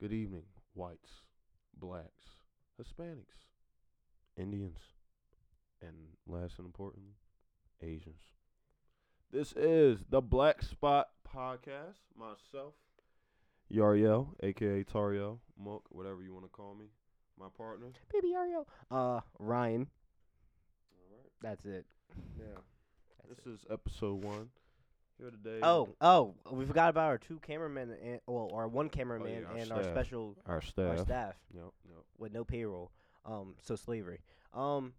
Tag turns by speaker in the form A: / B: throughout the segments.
A: Good evening, whites, blacks, Hispanics, Indians, and last and importantly, Asians. This is the Black Spot Podcast. Myself, Yariel, aka Tariel, Mook, whatever you want to call me, my partner.
B: Baby Ariel. Uh, Ryan.
A: All right.
B: That's it.
A: Now,
B: That's
A: this is episode one. Here today.
B: Oh, oh, we forgot about our two cameramen, and, well, our one
A: Oh,
B: cameraman
A: our
B: and our
A: staff.
B: special
A: our
B: our
A: staff.
B: staff
A: Yep, yep.
B: with no payroll. Um, so slavery. Um,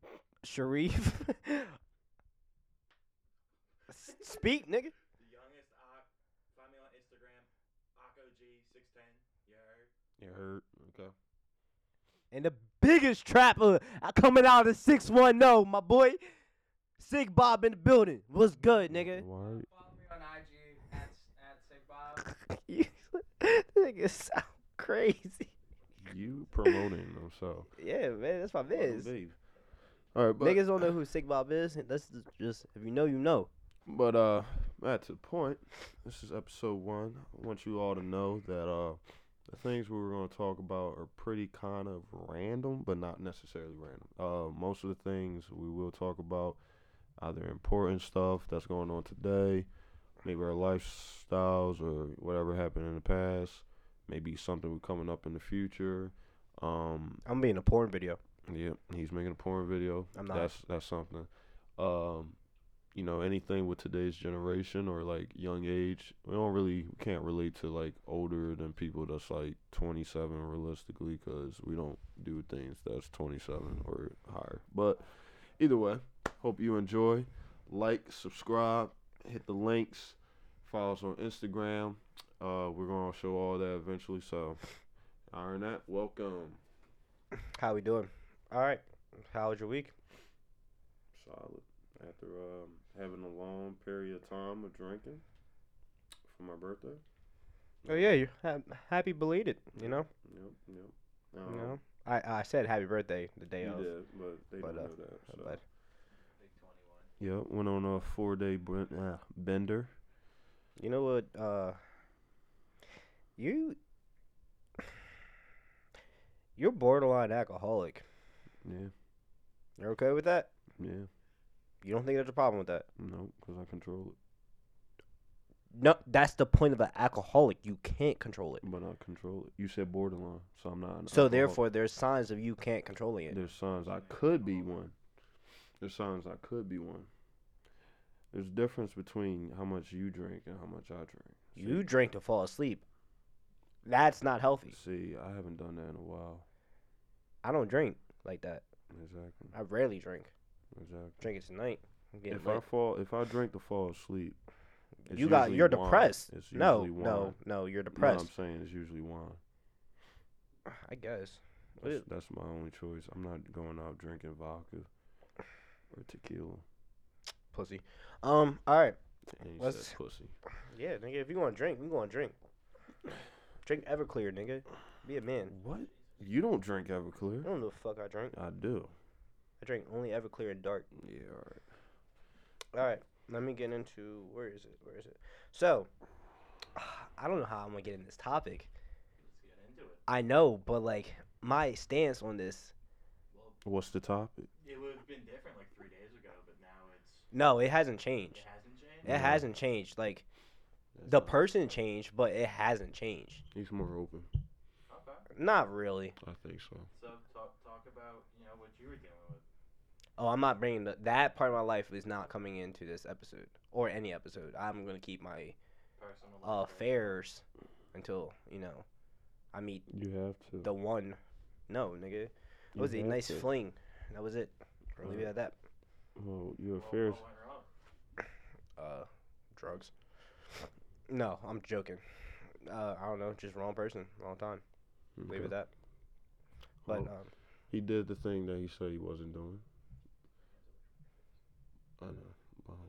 B: Sharif. S- Speak, nigga.
C: The youngest Ock. Find me on Instagram, OckOG610. You heard?
A: You heard? Okay.
B: And the biggest trapper uh, coming out of six one. No, my boy, Sig Bob in the building. What's good, nigga?
A: Why? are you-
C: Follow me on IG at, at SigBob.
B: You- nigga sound crazy.
A: You promoting himself.
B: Yeah, man, that's my biz.
A: Babe. All right, but
B: Niggas don't know who Sig Bob is. and That's th- just if you know, you know.
A: But uh, back to the point. This is episode one. I want you all to know that uh, the things we were going to talk about are pretty kind of random, but not necessarily random. Uh, most of the things we will talk about, either important stuff that's going on today, maybe our lifestyles or whatever happened in the past, maybe something coming up in the future. Um,
B: I'm being a porn video.
A: Yep, he's making a porn video.
B: I'm not.
A: That's that's something. Um, you know, anything with today's generation or like young age, we don't really we can't relate to like older than people that's like 27 realistically because we don't do things that's 27 or higher. But either way, hope you enjoy. Like, subscribe, hit the links, follow us on Instagram. Uh, we're gonna show all that eventually. So, iron that. Welcome.
B: How we doing? All right. How was your week?
A: Solid. After um, having a long period of time of drinking for my birthday.
B: Oh yeah, you ha- happy belated. You know.
A: Yep, yep.
B: You know. I I said happy birthday the day
A: you
B: of.
A: did, but they
B: but,
A: don't
B: uh,
A: know that. So.
B: But
C: Big 21.
A: Yep, went on a four day ben- uh, bender.
B: you know what? Uh, you you're borderline alcoholic.
A: Yeah,
B: You're okay with that?
A: yeah.
B: You don't think there's a problem with that?
A: No, because I control
B: No, that's the point of an alcoholic. You can't control it.
A: it, but I control it. You said borderline, so I'm not. An
B: So
A: alcoholic.
B: therefore, there's signs of you can't controlling it.
A: there's signs I could be one. There's signs I could be one. There's difference between how much you drink and how much I drink.
B: You drink to fall asleep. That's not healthy.
A: See, I haven't done that in a while.
B: I don't drink like that.
A: Exactly.
B: I rarely drink.
A: Exactly.
B: Drink it tonight. I'm getting
A: If I
B: lit.
A: fall, if I drink to fall asleep, it's
B: you got
A: usually
B: you're
A: wine.
B: depressed.
A: It's
B: No,
A: usually
B: no,
A: wine.
B: no. You're
A: You know what I'm
B: depressed.
A: saying it's usually wine.
B: I guess. What
A: That's,
B: is-
A: that's my only choice. I'm not going out drinking vodka or tequila.
B: Pussy. Um. All right.
A: And you
B: Let's-
A: said pussy.
B: Yeah, nigga. If you want to drink, we going to drink. Drink Everclear, nigga. Be a man.
A: What? You don't drink
B: I
A: Everclear?
B: don't know the fuck I drink.
A: I do.
B: I drink only Everclear and dark.
A: Yeah. All right.
B: All right, let me get into where is it? Where is it? So, I don't know how I'm gonna get in this topic.
C: Let's get into it.
B: I know, but like my stance on this,
A: What's the topic?
C: It would have been different like three days ago, but now it's.
B: no, it hasn't
C: It
B: changed.
C: hasn't changed?
B: It hasn't changed. Like the person changed, but it hasn't changed.
A: He's more open.
C: Okay.
B: Not really.
A: I think so.
C: So talk, talk about, you know, what you were dealing with.
B: Oh, I'm not bringing the, that part of my life is not coming into this episode or any episode. I'm gonna keep my
C: Personal
A: Oh,
B: uh,
C: life.
B: affairs until you know I meet
A: You have to.
B: the one. No, nigga, it
A: You
B: was a
A: have
B: nice
A: to.
B: fling. That was it. I'll leave it at that.
A: Well, your
C: What- what
A: affairs.
C: went wrong?
A: Mm-hmm.
B: uh, drugs. No, I'm joking. Uh, I don't know, just wrong person, wrong time. Leave it
A: Okay.
B: at that. But
A: Well,
B: um,
A: He did the thing that he said he wasn't doing. I know. Um,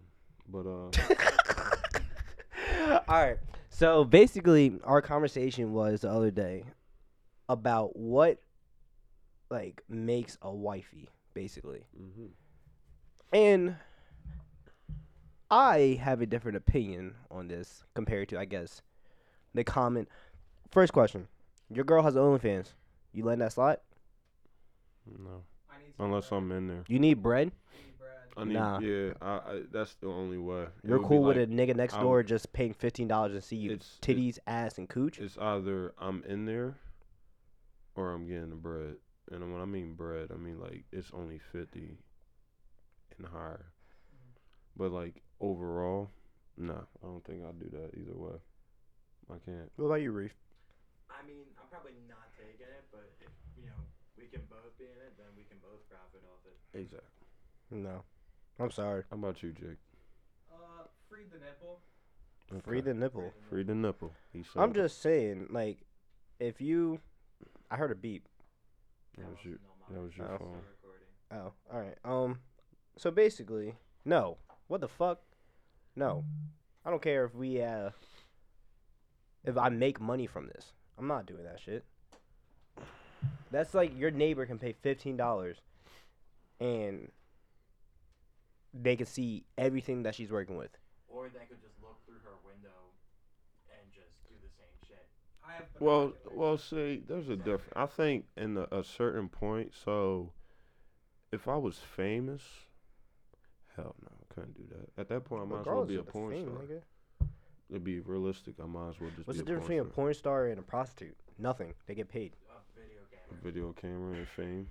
A: but uh,
B: all right. So basically, our conversation was the other day about what like makes a wifey, basically.
A: mhm.
B: And I have a different opinion on this compared to, I guess, the comment. First question Your girl has OnlyFans. You letting that slide?
A: No,
C: I need some
A: unless
C: bread.
A: I'm in there.
B: You need bread.
C: I need bread.
A: I need,
B: Nah.
A: yeah, I, I, that's the only way. It
B: You're
A: would be
B: cool
A: like-
B: with a nigga next
A: I'm-
B: door just paying fifteen dollars to see you
A: It's it-
B: titties, ass, and cooch.
A: It's either I'm in there, or I'm getting the bread. And when I mean bread, I mean like it's only fifty and higher.
C: Mm-hmm.
A: But like overall, nah, I don't think I'd do that either way. I can't.
B: What about you, Reef?
C: I mean, I'm probably not taking it, but if you know we can both be in it, then we can both profit off it.
A: Exactly.
B: No, I'm sorry.
A: How about you, Jake?
C: Uh, free the nipple.
B: Free the nipple.
A: Free the nipple. He said.
B: I'm just saying, like, if you, I heard a beep.
A: That was your,
C: wasn't on
A: that
C: mine.
A: was your
B: Oh.
A: phone.
C: Still recording.
B: Oh, all right. Um, so basically, no. What the fuck? No, I don't care if we uh, if I make money from this, I'm not doing that shit. That's like your neighbor can pay fifteen dollars, and they can see everything that she's working with.
C: Or they could just look through her window and just do the same shit. I have
A: Well, well, see, there's a difference. I think in a, a certain point. So, if I was famous, hell no, I couldn't do that. At that point, I might as well
B: Regardless
A: be a
B: of the
A: porn
B: fame,
A: star.
B: nigga.
A: To be realistic, I might as well just
B: What's
A: be
B: the difference
A: a
B: between a porn star and a prostitute? Nothing. They get paid.
C: A video
A: star.
C: game.
A: Video camera and fame.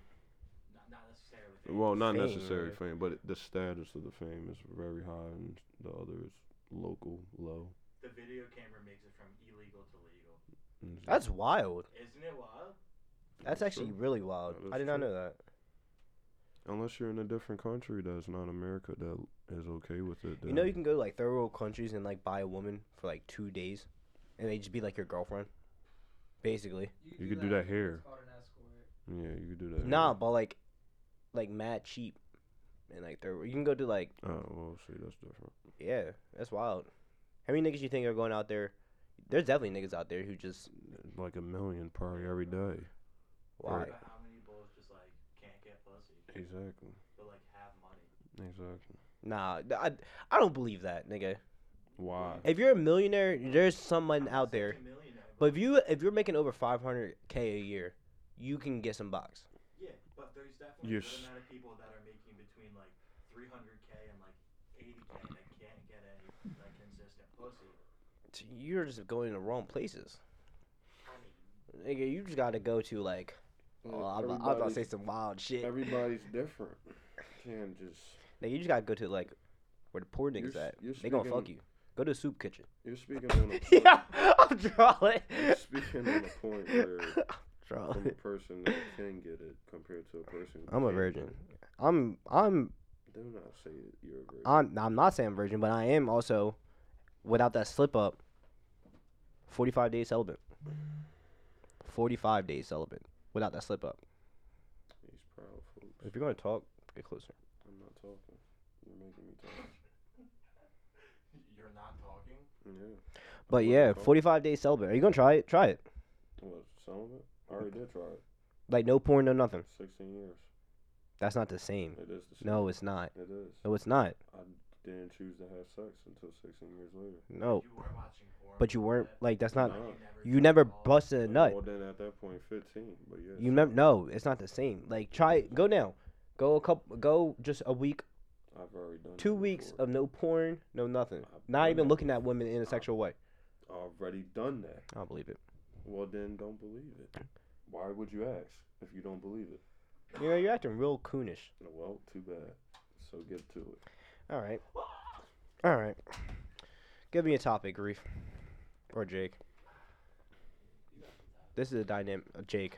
C: Not, not necessarily.
A: Well, not
B: Fame,
A: necessarily
B: right.
A: fame, but the status of the fame is very high, and the other is local, low.
C: the video camera makes it from illegal to legal.
A: And it's-
B: That's wild.
C: Isn't it wild?
B: That's
A: That's
B: actually
A: true.
B: really wild.
A: That
B: I
A: is
B: did not
A: true.
B: know that.
A: unless you're in a different country that's not America that is okay with it.
B: You know,
A: then-
B: you can go to like third world countries and like buy a woman for like two days, and they just be like your girlfriend, basically.
A: You could do that here.
D: It's called an escort.
A: yeah, you could do that.
B: Nah, but like, like mad cheap, and like third. You can go to like
A: Oh, well, see, that's different.
B: yeah, that's wild. How many niggas you think are going out there? There's definitely niggas out there who just
A: There's like a million probably every day.
B: why
C: But how many bulls just like can't get pussy,
A: Exactly.
C: but like have money?
A: Exactly.
B: nah. th- I I don't believe that nigga.
A: Why?
B: If you're a millionaire, there's someone
C: I'm
B: out
C: such
B: there.
C: a millionaire,
B: But if you if you're making over 500k a year, you can get some box.
C: yeah, but there's definitely
A: You're
C: a good
A: s-
C: amount of people that are making between like 300k and like 80k that can't get any like consistent pussy.
B: You're just going to the wrong places.
C: I mean,
B: Nigga, you just gotta go to like.
A: Yeah,
B: Oh, I'm, about- I'm about to
A: everybody's-
B: say some wild shit.
A: Everybody's different. Can't just
B: Nigga, you just gotta go to like where the poor niggas
A: You're s-
B: at.
A: you're
B: They gonna fuck
A: speaking-
B: you. Go to the soup kitchen.
A: you're speaking on a point,
B: yeah, I'm drawing.
A: you're speaking on a point where
B: I'm
A: from a
B: drawing.
A: person that can get it compared to a person. who
B: I'm a
A: can't
B: virgin.
A: get it.
B: I'm I'm
A: Do not say that you're a virgin.
B: I'm I'm not saying virgin, but I am also without that slip up. Forty five days celibate. Forty five days celibate without that slip up.
A: He's proud, folks.
B: If you're gonna talk, get closer.
A: I'm not talking. You're making me talk.
C: you're not talking.
A: Yeah.
B: But
A: gonna
B: yeah,
A: talk.
B: forty five days celibate. Are you gonna try it? Try it.
A: What? Some of it? I already did try it.
B: Like no porn, no nothing.
A: 16 years.
B: That's not the same.
A: It is the same.
B: No, it's not.
A: It is.
B: No, it's not.
A: I didn't choose to have sex until 16 years later.
B: No,
C: You were watching porn.
B: but you weren't like that's not.
A: No.
B: You never
C: bust.
B: busted a
A: Well,
B: nut.
A: then at that point, 15. But yeah.
B: You never. No, it's not the same. Like try go now. Go a couple. Go just a week,
A: I've already done
B: two
A: that
B: weeks
A: before.
B: of no porn, no nothing.
A: I've
B: Not
A: done
B: even
A: that
B: looking at women in a sexual way.
A: Already done that.
B: I don't believe it.
A: Well, then don't believe it. Why would you ask if you don't believe it?
B: You know, you're acting real coonish.
A: Well, too bad. So get to it.
B: All right. All right. Give me a topic, Reef, or Jake. This is a dynamic. Jake.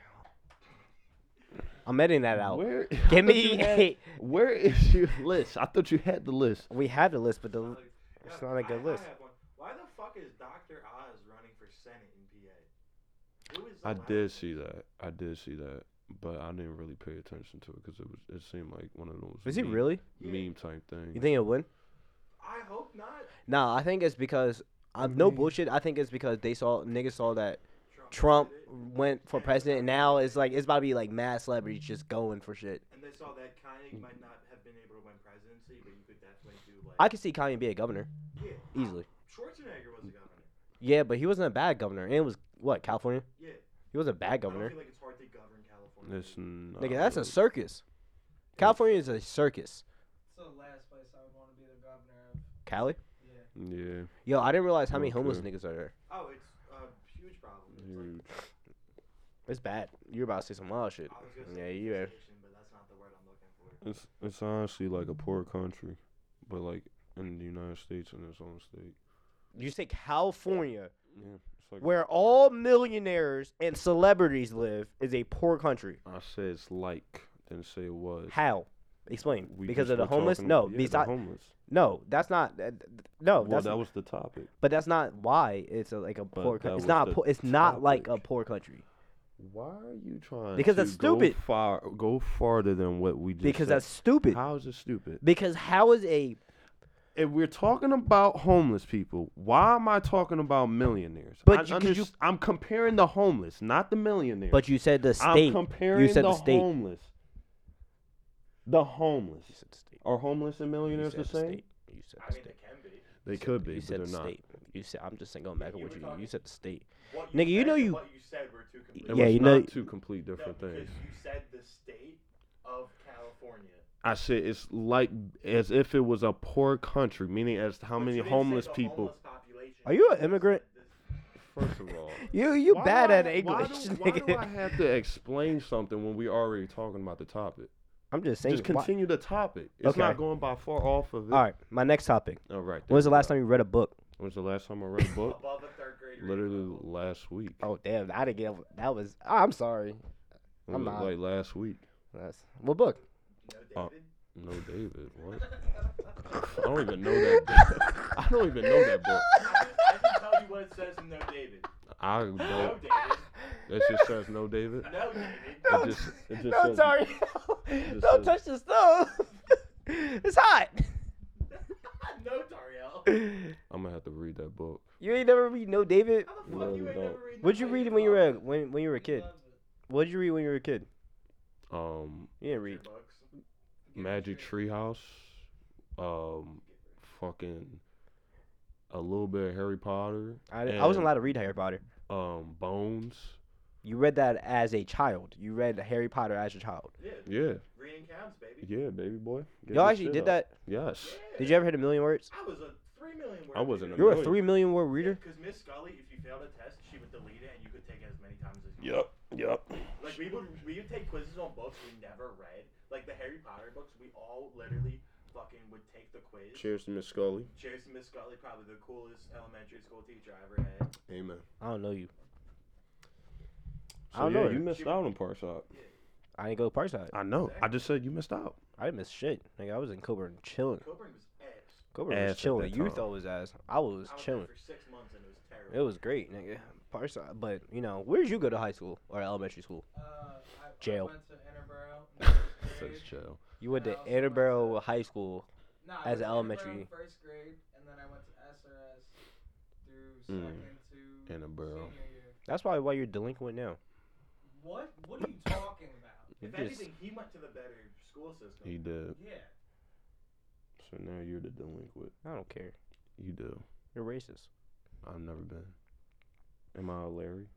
B: I'm editing that out.
A: Where?
B: Give
A: I thought you
B: me.
A: had- where is your list? I thought you had the list.
B: we have the list, but the
C: Like,
B: It's
C: yeah,
B: not a good
C: I- I
B: list.
C: have one. Why the fuck is Dr. Oz running for Senate in PA? Who is
A: I
C: allowed-
A: did see that. I did see that, but I didn't really pay attention to it because it was. It seemed like one of those.
B: was he
A: meme-
B: really?
A: meme type thing?
B: You think it would?
C: I hope not.
B: Nah, I think it's because I'm no bullshit. I think it's because they saw niggas saw that Trump
C: Trump. did it,
B: went for president, and now it's like it's about to be like mad celebrities just going for shit.
C: and they saw that
A: Mm.
C: Kanye might not have been able to win presidency, but you could definitely do like.
B: I could see Kanye be a governor
C: yeah,
B: easily.
C: Schwarzenegger was a governor.
B: Yeah, but he wasn't a bad governor, and it was what California.
C: Yeah,
B: He was a bad
C: I don't
B: governor.
C: feel like it's hard to govern California.
A: It's not
B: Nigga, that's a
A: really-
B: circus. California is a circus.
D: It's the last place I would want to be the governor of.
B: Cali?
D: Yeah.
A: yeah.
B: Yo, I didn't realize how many
A: Okay.
B: homeless niggas are there.
C: Oh, it's a huge problem. It's
A: Huge.
C: like,
B: It's bad. You're about to say some wild shit.
C: I was gonna
B: Yeah,
C: say
B: you are.
C: appreciation, but that's not the word I'm looking for.
A: It's it's honestly like a poor country, but like in the United States in its own state.
B: You say California,
A: Yeah, it's like
B: where all millionaires and celebrities live, is a poor country.
A: I say it's like didn't say it was.
B: How? Explain.
A: We
B: because
A: just
B: of the
A: were
B: homeless?
A: talking
B: No,
A: about- yeah,
B: besi-
A: the homeless.
B: no, that's not. that- th- no,
A: well,
B: that's
A: that was the topic.
B: but that's not why it's a, like a poor.
A: that
B: country. it's
A: was
B: not.
A: the
B: Po- it's not like a
A: topic.
B: poor country
A: Why are you trying?
B: Because
A: to
B: that's stupid.
A: Go far, go farther than what we just.
B: because
A: said?
B: that's stupid.
A: How is it stupid?
B: Because how is a
A: If we're talking about homeless people, why am I talking about millionaires?
B: But
A: I
B: you- 'cause you-
A: I'm comparing the homeless, not the millionaires.
B: but you said the
A: I'm
B: state.
A: comparing
B: you said
A: the,
B: the state.
A: homeless. The homeless.
B: You said the state.
A: Are homeless and millionaires
B: said
A: the same?
B: state. You said
C: I
B: the
C: mean,
B: state.
C: it can be.
A: They could be,
B: you
A: but
B: said
A: they're
B: the
A: not.
B: state. You said I'm just saying going back on
C: You
B: what
C: were
B: you
C: talking-
B: you said the state.
C: What
B: Nigga, you
C: said
B: know
C: and
B: you-
C: What you said were two completely
A: It
B: Yeah,
A: was
B: you
A: not
B: know-
A: two complete
C: No,
A: different
C: because
A: things.
C: you said the state of California.
A: I said it's like as if it was a poor country, meaning as to how
C: But
A: many
C: you didn't say
A: homeless
C: the
A: people.
C: homeless population.
B: Are you an
C: said
B: immigrant?
C: this-
A: First of all,
B: You you
A: Why
B: bad
A: do I-
B: at English.
A: Why do, why do I
B: nigga.
A: have to explain something when we already talking about the topic?
B: I'm just saying.
A: Just
B: why-
A: continue the topic. It's
B: Okay.
A: not going by far off of it.
B: All right, my next topic.
A: All right.
B: When was the
A: there
B: last
A: we
B: time you read a book?
A: go. When was the last time I read a book?
C: Above a third grader.
A: Literally last week.
B: Oh damn, I didn't get that was. ah, I'm sorry.
A: It
B: I'm
A: was
B: not.
A: Like last week.
B: That's what book?
C: You know,
A: Oh.
C: David?
A: No, David. What? I don't even know that. Book. I don't even know that book.
C: I can- I can tell you what it says in No David.
A: I
C: No
A: don't.
C: David.
A: That just says no, David.
C: No David.
A: It just. It just
B: No,
A: says,
B: sorry.
A: says-
B: Don't touch the stove. it's hot.
C: no Tariel.
B: You
A: I'm gonna have to read that book.
B: ain't never read No David.
C: How the fuck
A: No,
C: you
A: we
C: ain't
A: don't.
C: never read
B: What'd you
C: Nobody
B: read
C: Is
B: when you were a,
C: Loved?
B: when when you were a kid?
D: Loves it.
B: What'd you read when you were a kid?
A: Um,
B: You didn't read.
C: Books.
D: Get
A: Magic
D: rich.
A: Treehouse. Um, fucking. A little bit of Harry Potter.
B: I, didn't- I wasn't
A: and,
B: allowed to read Harry Potter.
A: Um, Bones.
B: You read that as a child. You read Harry Potter as a child.
C: Yeah.
A: Yeah,
C: Reading counts, baby.
A: yeah, baby boy. Get
B: Y'all
A: your
B: actually
A: shit
B: did
A: up.
B: that.
A: Yes.
B: Did you ever hit a million words?
C: I was a three million word.
A: I wasn't a
B: You were a
A: Really?
B: three million word reader.
C: Because Miss Scully, if you failed a test, she would delete it, and you could take it as many times as you.
A: Yep. Yep.
C: want. Like we would, we would take quizzes on books we never read, like the Harry Potter books. We all literally fucking would take the quiz.
A: Cheers to Miss Scully.
C: Cheers to Miss Scully, probably the coolest elementary school teacher I ever had.
A: Amen.
B: I don't know you.
A: So,
B: I don't
A: yeah,
B: know.
A: You missed out on Parsop.
B: I didn't go to Parkside.
A: I know. I just said you missed out.
B: I didn't miss shit. Like I was in Coburn chilling.
C: Coburn was ass.
B: Coburn
A: Ass
B: was
A: at
B: chilling.
A: that
B: You
A: time.
B: thought it was ass. I was
C: I was there
B: chilling.
C: for six months and it was
B: It
C: terrible.
B: was great, nigga. Parkside, but you know, where did you go to high school or elementary school?
D: Uh, I,
B: Jail.
D: I went to Interboro. in the first
A: Says
D: grade.
A: chill.
B: You went to
D: I also went
B: Annabelle
D: to-
B: High School.
D: No, I
B: as
D: went to Interboro
B: elementary.
D: in first grade, and then I went to SRS through
B: Hmm.
A: Mm.
D: second to
A: Interboro.
D: senior year.
B: That's probably why you're delinquent now.
D: What? What are you talking about?
B: You
C: If
B: just
C: anything, he went to the better school system.
A: He did.
D: Yeah.
A: So now you're the delinquent.
B: I don't care.
A: You do.
B: You're racist.
A: I've never been. Am I a Larry?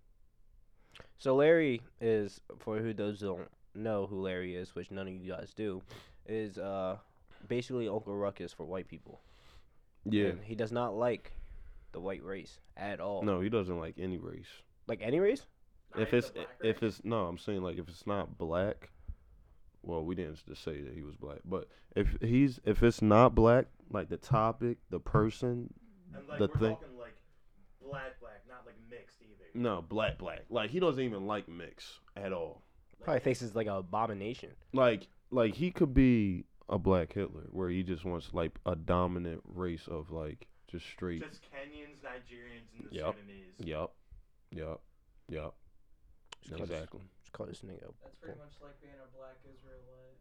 B: So Larry is for who those don't know who Larry is, which none of you guys do, is uh basically Uncle Ruckus for white people. And he does not like the white race at all.
A: No, he doesn't like any race.
B: Like any race?
C: Not
A: If
C: even
A: it's
C: the black
A: if
C: race.
A: it's no, I'm saying like if it's not black. Well, we didn't just say that he was black, but if he's if it's not black, like the topic, the person,
C: and like
A: the
C: we're
A: thing-
C: talking like black, black, not like mixed either.
A: no, black, black, like he doesn't even like mix at all.
C: Like,
B: Probably thinks it's like an abomination.
A: like like he could be a black Hitler where he just wants like a dominant race of like just straight
C: Just Kenyans, Nigerians, and the
A: Yep.
C: Sudanese.
A: yup yup yup
B: Just call this-
A: exactly
B: Just call this nigga a
D: That's pretty much like being a black Israelite.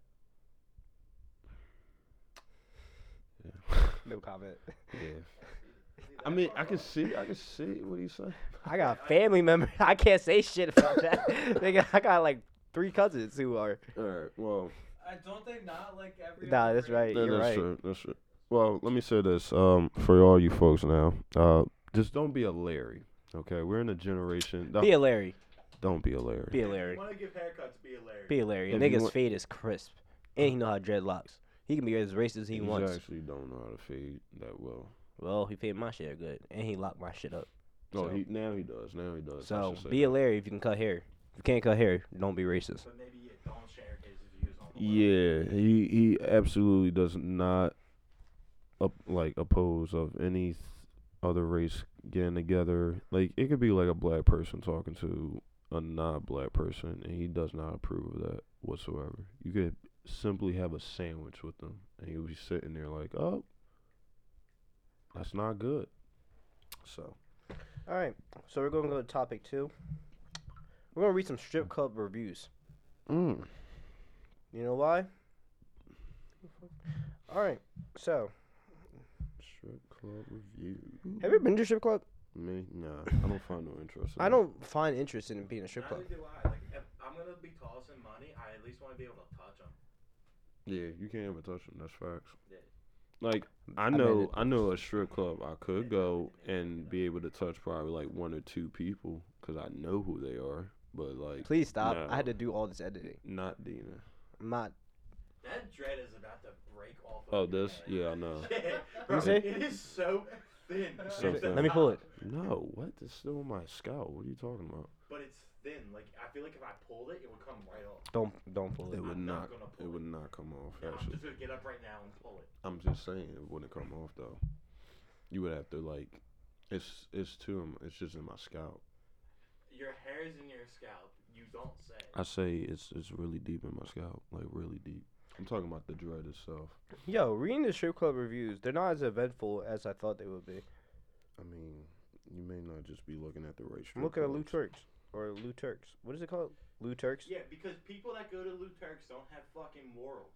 A: yeah.
B: No comment.
A: yeah I mean I can see I can see what he's saying
B: I got family members. I can't say shit about that. Nigga, I got like three cousins who are.
A: all right well
D: I don't think not like every.
B: Nah,
D: other
B: that's right.
D: race?
A: that-
B: You're
A: that's
B: right.
A: true that's true well let me say this um for all you folks now uh just don't be a Larry okay we're in a generation
B: Be a Larry.
A: Don't be a Larry.
B: Be a Larry.
C: Want to give haircuts? Be a Larry.
B: Be a Larry. A
A: If you
B: nigga's
A: want-
B: fade is crisp, and he know how dreadlocks. He can be as racist as he
A: You
B: wants.
A: actually don't know how to fade that well.
B: Well, he paid my shit good, and he locked my shit up.
A: No,
B: So-
A: Oh, he now he does. Now he does. I
B: So
A: should say
B: be a
A: that.
B: Larry if you can cut hair. If you can't cut hair, don't be racist.
C: but maybe you don't share his views on the world.
A: Yeah, he he absolutely does not up like oppose of any th- other race getting together. Like it could be like a black person talking to a non-black person, and he does not approve of that whatsoever. You could simply have a sandwich with them, and he'll be sitting there like, "Oh, that's not good." So
B: All right, so we're gonna go to topic two. We're gonna read some strip club reviews.
A: mm.
B: You know why? All right, so
A: strip club review.
B: have you ever been to a strip club?
A: Me? Nah, I don't find no interest. in
B: I
A: it.
B: don't find interest in being a strip club.
C: Neither do I. Like, if I'm gonna be tossing money, I at least want to be able to touch him.
A: Yeah, you can't even touch them. That's facts.
C: Yeah.
A: Like I
B: meant
A: know,
B: it.
A: I know a strip club I could go and be able to touch probably like one or two people because I know who they are. But like,
B: Please stop.
A: No.
B: I had to do all this editing.
A: not Dina.
B: I'm not.
C: That dread is about to break off. Of
A: Oh,
C: your
A: this?
C: head.
A: Yeah, I know.
C: Yeah, bro,
B: see?
C: it is so thin.
A: So
C: It's
A: thin.
B: Let me pull it.
A: No, what? It's still on my scalp. What are you talking about?
C: But it's thin. Like I feel like if I pulled it, it would come right off.
B: Don't don't pull it.
A: It would
C: I'm
A: not.
C: not gonna pull
A: It
C: it.
A: would not come off.
C: Nah, I'm
A: Actually,
C: just gonna get up right now and pull it.
A: I'm just saying it wouldn't come off though. You would have to like, it's it's too. It's just in my scalp.
C: Your hair is in your scalp. You don't say.
A: I say it's it's really deep in my scalp, like really deep. I'm talking about the dread itself.
B: Yo, reading the strip club reviews, they're not as eventful as I thought they would be.
A: I mean, you may not just be looking at the right.
B: I'm looking at Lou Turks or Lou Turks. What is it called? Lou Turks.
C: Yeah, because people that go to Lou Turks don't have fucking morals.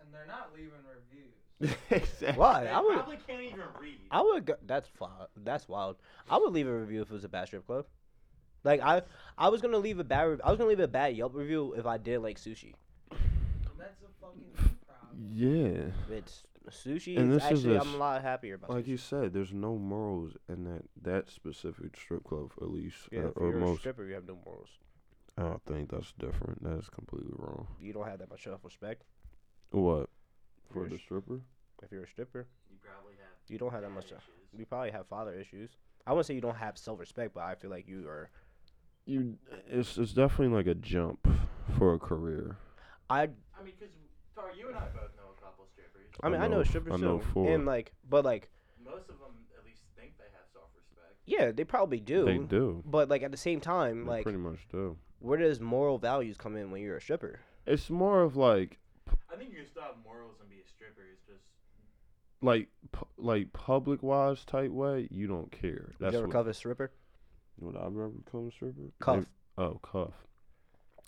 D: And they're not leaving reviews.
A: exactly.
B: Why?
C: They
B: I would.
C: probably can't even read.
B: I would. Go, that's wild. That's wild. I would leave a review if it was a bad strip club. Like I, I was gonna leave a bad. Re- I was gonna leave a bad Yelp review if I did like sushi.
D: That's a fucking problem.
A: Yeah,
B: It's sushi.
A: And
B: is
A: this is
B: actually,
A: a
B: I'm a
A: s-
B: lot happier about.
A: like
B: sushi.
A: you said, there's no morals in that that specific strip club, at least,
B: yeah,
A: uh,
B: if
A: or
B: you're a
A: most.
B: stripper, you have no morals.
A: I don't think that's different. That's completely wrong.
B: You don't have that much self-respect.
A: What
B: If
A: for
B: you're a
A: the
B: s-
A: stripper?
B: if you're a stripper,
C: You probably have.
B: you don't have that much.
C: dad
B: self-
C: issues.
B: You probably have father issues. I wouldn't say you don't have self-respect, but I feel like you are.
A: You, it's it's definitely like a jump for a career.
B: I
C: I mean, because Tar, you and I both know a couple strippers.
B: I mean, I know,
A: know-
B: strippers
A: I know
B: too,
A: four.
B: and like, but like,
C: Most of them at least think they have self-respect.
B: yeah, they probably do.
A: They do.
B: But like at the same time,
A: They
B: like,
A: pretty much do.
B: where does moral values come in when you're a stripper?
A: It's more of like
C: I think you can still have morals and be a stripper. It's just
A: like pu- like public wise type way, you don't care. That's
B: you ever
A: what,
B: cuff a stripper?
A: would I ever become a stripper? If-
B: Cuff.
A: oh, cuff.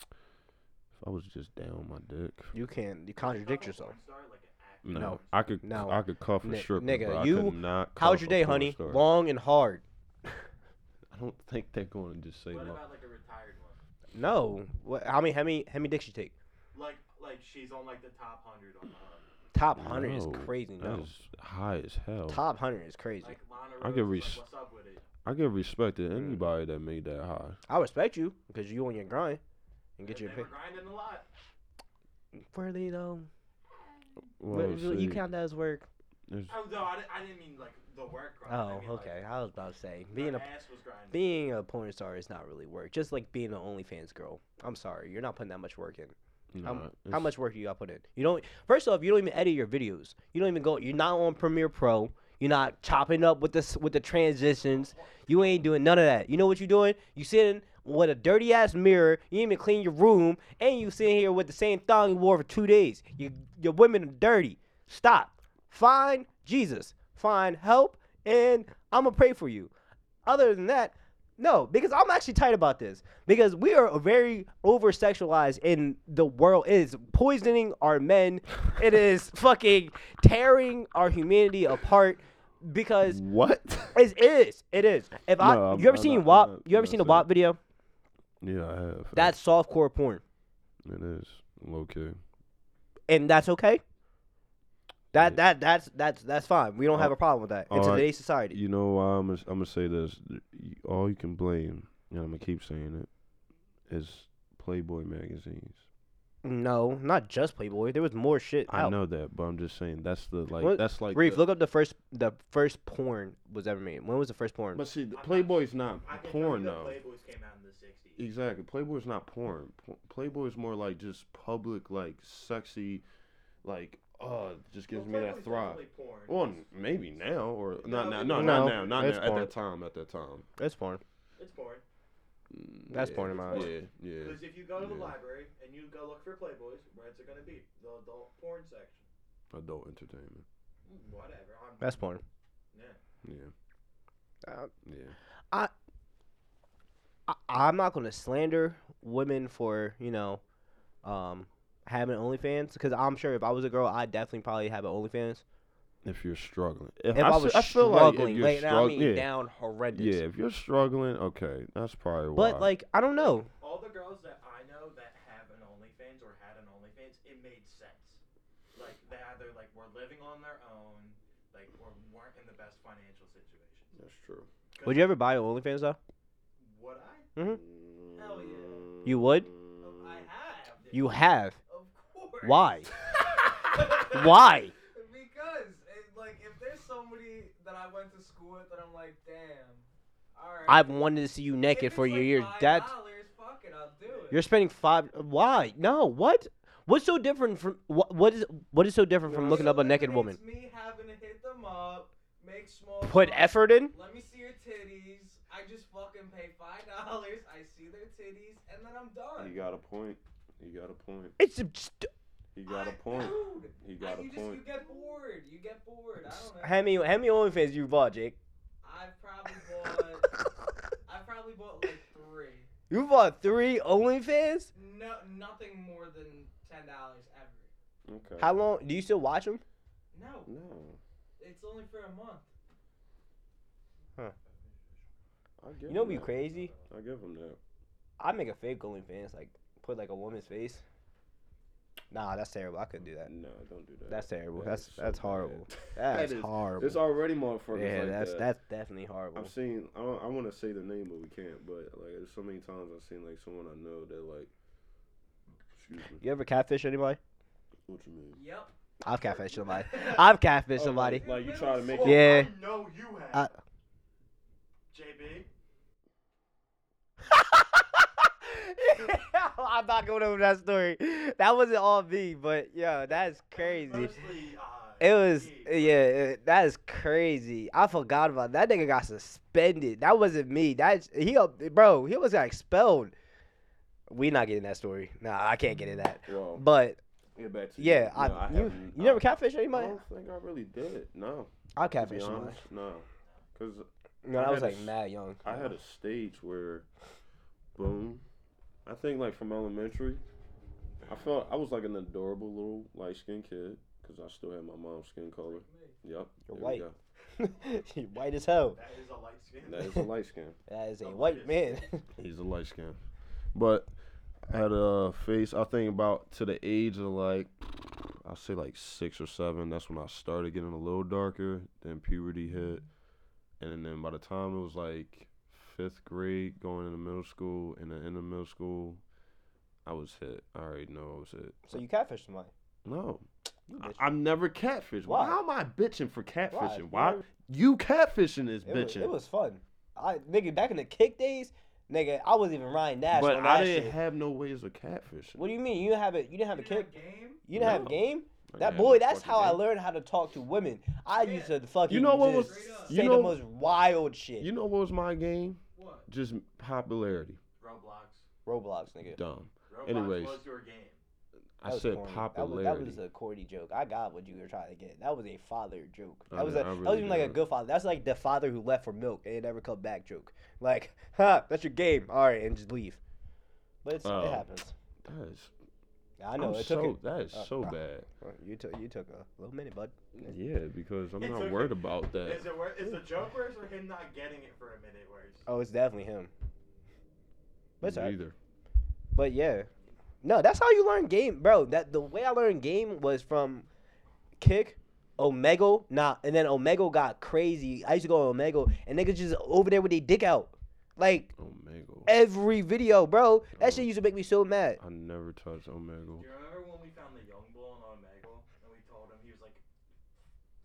A: If I was just down my dick.
B: You can't. You
C: Like a
B: contradict
C: couple
B: yourself.
C: porn star, like an actor.
A: No,
B: No.
A: I could
B: No.
A: I could cuff a
B: Ni-
A: stripper.
B: nigga,
A: but I
B: you-
A: could not cuff
B: How's your
A: a
B: day,
A: porn
B: honey?
A: star.
B: Long and hard.
A: I don't think they're going to just say
C: What
A: no.
C: about like a retired one?
B: No. What? How many? How many? How many dicks you take?
C: Like, like she's on like the top hundred on the hunt.
B: Top hundred is
A: No,
B: crazy.
A: That
B: No.
A: is high as hell.
B: Top hundred is crazy.
C: Like Lana Rose.
A: I
C: I
A: could
C: could
A: res-
C: Like, What's up with it?
A: I could respect to
B: Mm.
A: anybody that made that high.
B: I respect you because you on your grind and get
C: They-
B: your
C: they
B: pay.
C: were grinding a lot.
B: Really though,
A: Well,
B: Well, you
A: see,
B: count that as work.
A: there's-
C: Oh no, I, di- I didn't mean like the work grind. I
B: Oh,
C: mean, like,
B: okay. I was about to say
C: her
B: being a
C: ass was grinding.
B: being a porn star is not really work. Just like being an OnlyFans girl. I'm sorry, you're not putting that much work in.
A: nah,
B: How, how
A: it's-
B: much work do you got put in? You don't. First off, you don't even edit your videos. You don't even go. You're not on Premiere Pro. You're not chopping up with this with the transitions. You ain't doing none of that. You know what you're doing? You sitting with a dirty ass mirror. You ain't even clean your room, and you sitting here with the same thong you wore for two days. You, your women are dirty. Stop. Find Jesus. Find help, and I'm gonna pray for you. Other than that, no, because I'm actually tight about this. Because we are very over sexualized in the world. It is poisoning our men. it is fucking tearing our humanity apart. Because
A: What?
B: it is, it is. If I,
A: No, I'm-
B: you ever
A: I'm
B: seen
A: not- I'm
B: WAP?
A: not-
B: you ever
A: no,
B: seen the
A: sir.
B: WAP video?
A: yeah, I have.
B: That's softcore porn,
A: it is low key.
B: and that's okay. That
A: Yeah.
B: that that's that's that's fine. We don't have
A: Oh,
B: a problem with that in
A: alright.
B: today's society.
A: You know why I'm gonna, I'm gonna say this. All you can blame, and I'm gonna keep saying it, is Playboy magazines.
B: No, not just Playboy. There was more shit.
A: I
B: out.
A: know that, but I'm just saying that's the like
B: What-
A: that's like
B: Reef,
A: the-
B: look up the first the first porn was ever made. When was the first porn?
A: But see, the
C: I'm not-
A: Playboy's not
C: I can tell you
A: porn
C: that
A: though.
C: Playboys came out in the 60s.
A: Exactly. Playboy's not porn. P- Playboy's more like just public, like sexy, like oh, just gives
C: Well,
A: me
C: Playboy's
A: that throb.
C: definitely porn.
A: Well, n- maybe now or not now. No,
C: No,
B: no,
A: not now. Not
B: it's
A: now. At
B: porn.
A: that time. At that time.
B: That's porn.
C: It's porn.
A: Mm,
B: That's
A: yeah,
B: porn in my eyes.
A: Yeah, yeah.
C: Because if you go to the
A: yeah.
C: library and you go look for Playboys, where's it going to be? The adult porn section.
A: Adult entertainment.
C: Mm, Whatever. I'm,
B: That's porn.
C: yeah.
A: Yeah,
B: Uh,
A: yeah.
B: I, I'm not gonna slander women for you know, um, having OnlyFans because I'm sure if I was a girl, I would definitely probably have an OnlyFans.
A: If you're struggling, if,
B: If I, was
A: s- I feel like if
B: struggling,
A: you're
B: like, now
A: strugg-
B: I mean
A: yeah,
B: down horrendous.
A: yeah. If you're struggling, okay, that's probably why.
B: But like I don't know.
C: All the girls that I know that have an OnlyFans or had an OnlyFans, it made sense. Like they either like were living on their own, like or weren't in the best financial situation.
A: that's true.
B: Would you ever buy an OnlyFans though?
C: Would I? Hell yeah.
B: Mm-hmm. You would?
C: Oh, I have.
B: You have.
D: Of course.
B: Why? Why?
D: Because, it, like, if there's somebody that I went to school with and I'm like, damn, alright.
B: I've wanted to see you
D: If
B: naked
D: it's
B: for your
D: like
B: years.
D: $5,
B: That's
D: fuck it, I'll do it.
B: You're spending five. Why? No. What? What's so different from what? What is what is so different from
A: No,
B: looking
D: So
B: up a
D: that
B: naked
D: means
B: woman?
D: Me having to hit them up, make small.
B: Put
D: talk.
B: effort in.
D: Let me see your titties. I just fucking pay five dollars. I see their titties, and then I'm
A: You
D: done.
A: got a point. You got a point.
B: It's just,
A: You got
D: I-
A: a point.
D: Dude,
A: You
D: I-
A: got a
D: you just you
A: point.
D: get bored. You get bored. I don't know.
B: how many how many OnlyFans you bought, Jake?
D: I've probably bought. I've probably bought like three.
B: you bought three OnlyFans.
D: No, nothing more than ten dollars ever.
A: Okay.
B: How long do you still watch them?
D: No,
A: No,
D: it's only for a month.
A: I give
B: You know,
A: him
B: what'd be
A: that.
B: crazy.
A: I give him that.
B: I make a fake OnlyFans, like put like a woman's face. Nah, that's terrible. I couldn't do that.
A: No, don't do that.
B: That's terrible.
A: That
B: That's
A: is so
B: that's
A: bad.
B: horrible.
A: That
B: That's
A: is-
B: horrible.
A: There's already motherfuckers
B: yeah,
A: like
B: that's
A: that.
B: that's definitely horrible.
A: I've seen. I, don't- I want to say the name, but we can't. But like, there's so many times I've seen like someone I know that like. Excuse me.
B: You ever catfish anybody?
A: What you mean?
D: Yep.
B: I've catfished somebody. I've catfished
A: Oh,
B: somebody.
A: like- like you try to make.
C: Oh,
A: It,
B: Yeah.
C: I know you have.
B: I-
C: JB.
B: I'm not going over that story. That wasn't all me, but yo, that's crazy.
C: Mostly, uh,
B: It was
C: me, but
B: yeah, it- that is crazy. I forgot about that nigga got suspended. That wasn't me. That's he up- bro, he was got expelled. We not getting that story. Nah, I can't get in that.
A: well,
B: But
A: get back to
B: yeah,
A: you.
B: I,
A: No, I
B: you
A: haven't-
B: you never
A: I,
B: catfish
A: I
B: anybody?
A: don't think I really did. it. No.
B: I
A: To be
B: catfished somebody.
A: honest, no. Cause
B: No,
A: I
B: I
A: had
B: was
A: a
B: like
A: s-
B: mad young.
A: I had a stage where, boom, I think like from elementary, I felt I was like an adorable little light skinned kid because I still had my mom's skin color. Yep,
B: You're
A: there we
B: white.
A: go.
B: You white as hell.
C: That is a light skin.
A: That is a light skin.
B: That is a
C: I'm
B: white man.
A: He's a light skin, but I had a face. I think about to the age of like. I say like six or seven. That's when I started getting a little darker. Then puberty hit, and then by the time it was like fifth grade, going into middle school, and then into middle school, I was hit. I already know I was hit.
B: so you catfished somebody.
A: No,
B: You
A: I,
B: bitch.
A: I'm never catfished.
B: Why?
A: Why? am I bitching for catfishing?
B: Why?
A: Why, you catfishing is
B: It was,
A: bitching?
B: it was fun. I nigga back in the kick days, nigga, I wasn't even Ryan Nash.
A: but
B: on that
A: I didn't
B: shit.
A: have no ways of catfishing.
B: What do you mean? You didn't have it. You didn't have
D: You
B: a
D: didn't
B: kick.
D: have game?
B: You didn't have
A: No.
B: a game.
A: I didn't
B: That
A: have
B: boy.
A: no
B: That's
A: fucking
B: how I
A: game.
B: learned how to talk to women. I
D: Yeah.
B: used to fucking.
A: You know what
B: just
A: was?
D: Straight up.
B: say
A: You
B: the
A: know,
B: most wild shit.
A: you know what was my game?
D: What?
A: Just popularity.
C: Roblox.
B: Roblox, nigga.
A: Dumb.
C: Roblox
A: Anyways.
C: was your game.
A: I
B: That was
A: said
B: corny.
A: popularity.
B: That was, that was a corny joke. I got what you were trying to get. That was a father joke. That
A: I
B: was a,
A: did- I
B: that was
A: really
B: even like a
A: did.
B: good father. That's like the father who left for milk and never come back joke. Like, ha, that's your game. All right, and just leave. But it's,
A: Oh.
B: it happens.
A: that is.
B: I
A: I
B: know
A: know.
B: it
A: so,
B: took. it-
A: That is
B: uh,
A: so
B: uh,
A: bad.
B: uh, You took you took a little minute, bud.
A: Yeah, because I'm
C: It
A: not
C: took-
A: worried about that.
C: Is it wor- is the joke worse or him not getting it for a minute worse?
B: Oh, it's definitely him. But it's alright.
A: either.
B: But yeah, no, that's how you learn game, bro. That the way I learned game was from kick, Omega, nah, and then Omega got crazy. I used to go on Omega, and niggas just over there with their dick out. Like
A: Omegle.
B: every video, bro.
A: Oh.
B: That shit used to make me so mad.
A: I never touched Omegle.
C: Do you remember when we found the young bull in Omegle and we told him he was like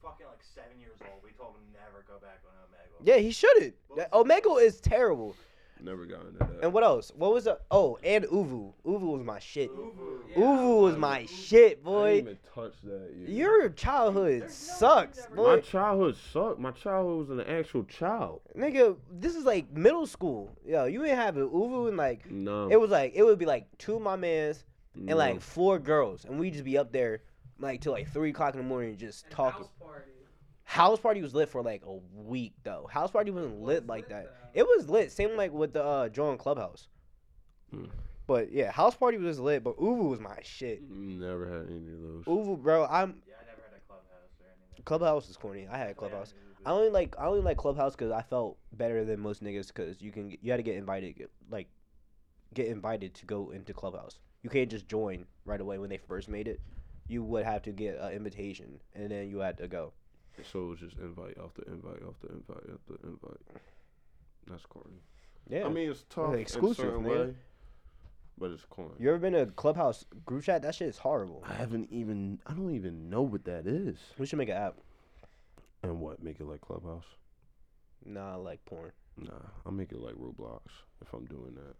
C: fucking like seven years old? We told him never go back on Omegle.
B: Yeah, he shouldn't. That- Omegle is terrible.
A: Never got into that.
B: And what else? What was the? Oh, and Uvu. Uvu was my shit.
D: Uvu. Yeah,
B: Uvu was my
D: Uvu.
B: shit,
A: I didn't
B: boy.
A: even touch that. Either.
B: Your childhood
D: There's no- you
B: sucks,
D: never-
A: My
B: boy.
A: childhood sucked. My childhood was an actual child.
B: Nigga, this is like middle school. Yo, you ain't have an Uvu and like
A: No.
B: it was like it would be like two of my mans and
A: no.
B: like four girls, and we just be up there like till like three o'clock in the morning just
D: And
B: talking.
D: House party.
B: House party was lit for like a week though. House party wasn't
D: Well,
B: lit
D: it's
B: like
D: lit,
B: that.
D: though.
B: It was lit, same like with the uh, drawing clubhouse.
A: Mm.
B: But yeah, house party was lit, but Uvu was my shit.
D: Mm.
A: never had any of those.
B: Uvu, bro, I'm
C: Yeah, I never had a clubhouse or anything.
B: clubhouse is corny. I had clubhouse. I only like I only like Clubhouse because I felt better than most niggas because you can you had to get invited get- like get invited to go into Clubhouse. You can't just join right away when they first made it. You would have to get an invitation and then you had to go.
A: So it was just invite after invite after invite after invite. That's corny.
B: Yeah.
A: I mean, it's tough
B: exclusive,
A: in a certain
B: nigga.
A: way, but it's corny.
B: you ever been to Clubhouse group chat? That shit is horrible.
A: I haven't even. I don't even know what that is.
B: We should make an app.
A: And what? Make it like Clubhouse?
B: Nah, like porn.
A: Nah, I'll make it like Roblox if I'm doing that.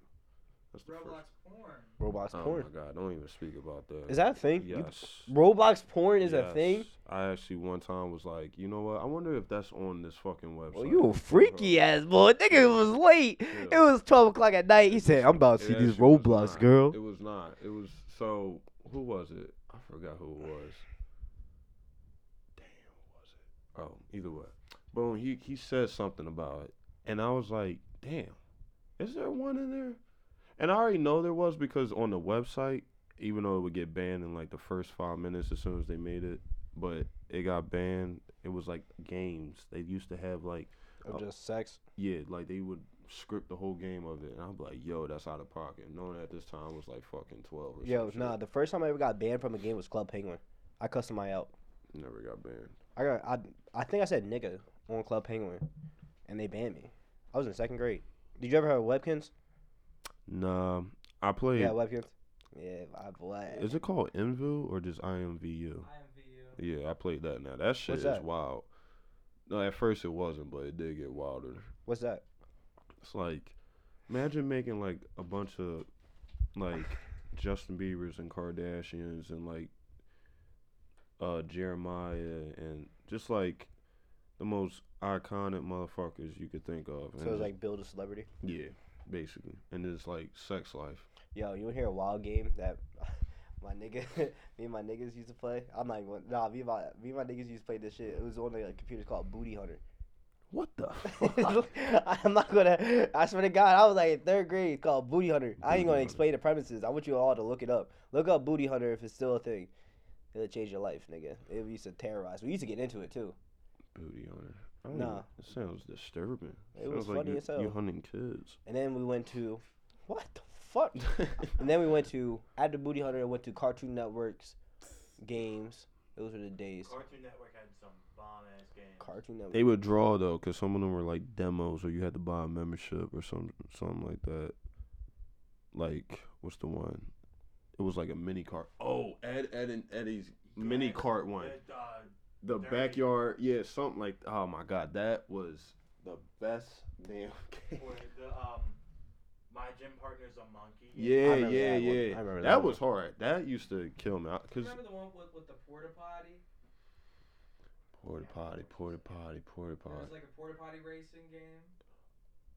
A: That's the
D: Roblox porn.
B: Roblox
A: first. Oh
B: porn.
A: my god! Don't even speak about that.
B: Is that a thing? You-
A: Yes.
B: Roblox porn is a
A: Yes.
B: thing?
A: I actually one time was like, you know what? I wonder if that's on this fucking website.
B: Well, you a freaky ass boy. Nigga, it was late. It
A: Yeah.
B: was 12 o'clock at night. He said, I'm about to
A: It
B: see this
A: actually was
B: Roblox
A: not.
B: girl.
A: It was not. It was so. Who was it? I forgot who it was. Damn, who was it? Oh, either way. Boom. He he said something about it, and I was like, damn, is there one in there? And I already know there was because on the website, even though it would get banned in like the first five minutes as soon as they made it, but it got banned. It was like games. They used to have like
B: Of
A: Oh.
B: just sex.
A: yeah, like they would script the whole game of it, and I'm like, yo, that's out of pocket. Knowing at this time was like fucking twelve. Or
B: Yo,
A: some
B: nah.
A: shit.
B: The first time I ever got banned from a game was Club Penguin. I cussed somebody out.
A: never got banned.
B: I got I I think I said nigga on Club Penguin, and they banned me. I was in second grade. Did you ever hear of Webkins?
A: Nah, I played.
B: Yeah, Webkins. Yeah, my boy.
A: is it called Envu or just IMVU?
D: IMVU.
A: Yeah, I played that. Now that shit
B: What's
A: is
B: that?
A: wild. No, at first it wasn't, but it did get wilder.
B: What's that?
A: It's like, imagine making like a bunch of like Justin Bieber's and Kardashians and like uh Jeremiah and just like the most iconic motherfuckers you could think of.
B: So
A: and
B: it's
A: just-
B: like build a celebrity.
A: yeah, basically, and it's like sex life.
B: Yo, you wanna hear a wild game that my nigga, me and my niggas used to play? I'm not even. gonna- Nah, me and my me and my niggas used to play this shit. It was on the like, computer called Booty Hunter.
A: What the?
B: I'm not gonna. I swear to God, I was like in third grade called Booty Hunter. I ain't
A: Booty
B: gonna
A: Hunter.
B: explain the premises. I want you all to look it up. Look up Booty Hunter if it's still a thing. It'll change your life, nigga. It used to terrorize. We used to get into it too.
A: Booty on it. I don't
B: Nah.
A: even- It sounds disturbing.
B: It was
A: Sounds like
B: funny
A: you-
B: as hell.
A: You hunting kids.
B: And then we went to, what the fuck? and then we went to after Booty Hunter. I went to Cartoon Network's games. Those were the days.
C: Cartoon Network had some bomb ass games.
B: Cartoon Network.
A: They would draw though, cause some of them were like demos, or you had to buy a membership or some something like that. Like what's the one? It was like a mini cart. Oh, Ed, Ed, and Eddie's mini
C: Dirty-
A: cart one.
C: the- uh,
A: The
C: Dirty.
A: backyard, yeah, something like. Oh my god, that was the best damn game.
C: where the, um, my gym partner's a monkey.
A: Yeah,
B: remember
A: yeah,
B: that one.
A: yeah.
B: I remember
A: that
B: that
A: was hard. That used to kill me. I- Cause
D: Remember the one with, with the porta potty?
A: porta potty, porta potty, porta
D: There was
A: potty.
D: like a porta potty racing game.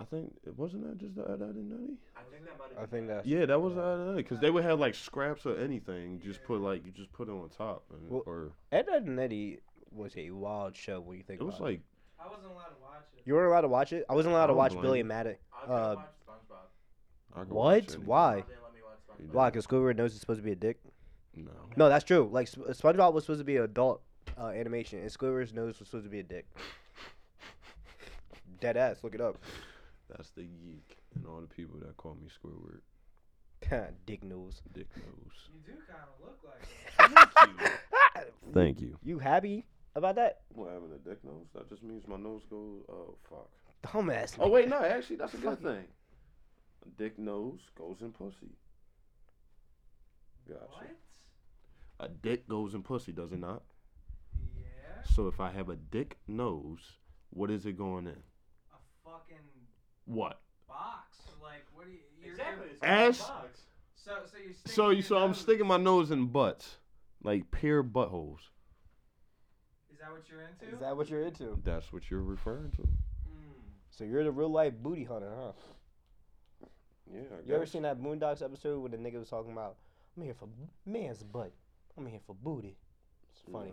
A: I think wasn't that just the Ed, Ed and Eddie?
C: I think that might
B: I
C: have
B: think that's.
A: Yeah, that was uh, because they would have like scraps or anything. Just
D: Yeah.
A: put like you just put it on top, and,
B: Well,
A: or
B: Ed, Ed and Eddie was a wild show when you think
A: it was
B: about
A: like
D: I wasn't allowed to watch it.
B: You weren't allowed to watch it. I wasn't allowed
A: I
B: to
A: don't
B: watch
A: blame
B: Billy
A: you.
B: and Maddox.
C: I was
B: Uh,
C: gonna watch SpongeBob.
A: I could
B: What?
A: watch anything.
B: Why?
C: Mom didn't let me watch SpongeBob.
B: Why? Because Squidward knows he's supposed to be a dick.
A: No,
B: No, that's true. Like Sp- SpongeBob was supposed to be adult uh, animation, and Squidward's nose was supposed to be a dick. Dead ass. Look it up.
A: that's the geek and all the people that call me Squidward,
B: dick nose.
A: Dick Nose.
D: You do kind of look like it.
A: Thank you.
B: you happy about that?
A: What having a dick nose? That just means my nose goes. Oh fuck.
B: dumbass.
A: Oh wait, no, actually that's a
B: Fuck
A: good thing. dick nose goes in pussy. Gotcha.
D: What?
A: A dick goes in pussy, does it not?
D: Yeah.
A: So if I have a dick nose, what is it going in?
D: A fucking
A: What?
D: box. Like what do you? You're,
C: Exactly.
D: You're,
C: it's not a
A: Ass-
C: box.
D: so so you're. Sticking
A: So you
D: your
A: so I'm
D: nose-
A: sticking my nose in butts, like pure buttholes.
D: Is that what you're into?
B: Is that what you're into?
A: That's what you're referring to.
C: Hmm.
D: Mm.
B: So you're the real life booty hunter, huh?
A: Yeah. I
B: You ever seen that Boondocks episode where the nigga was talking about, I'm here for man's butt. I'm here for booty. It's funny.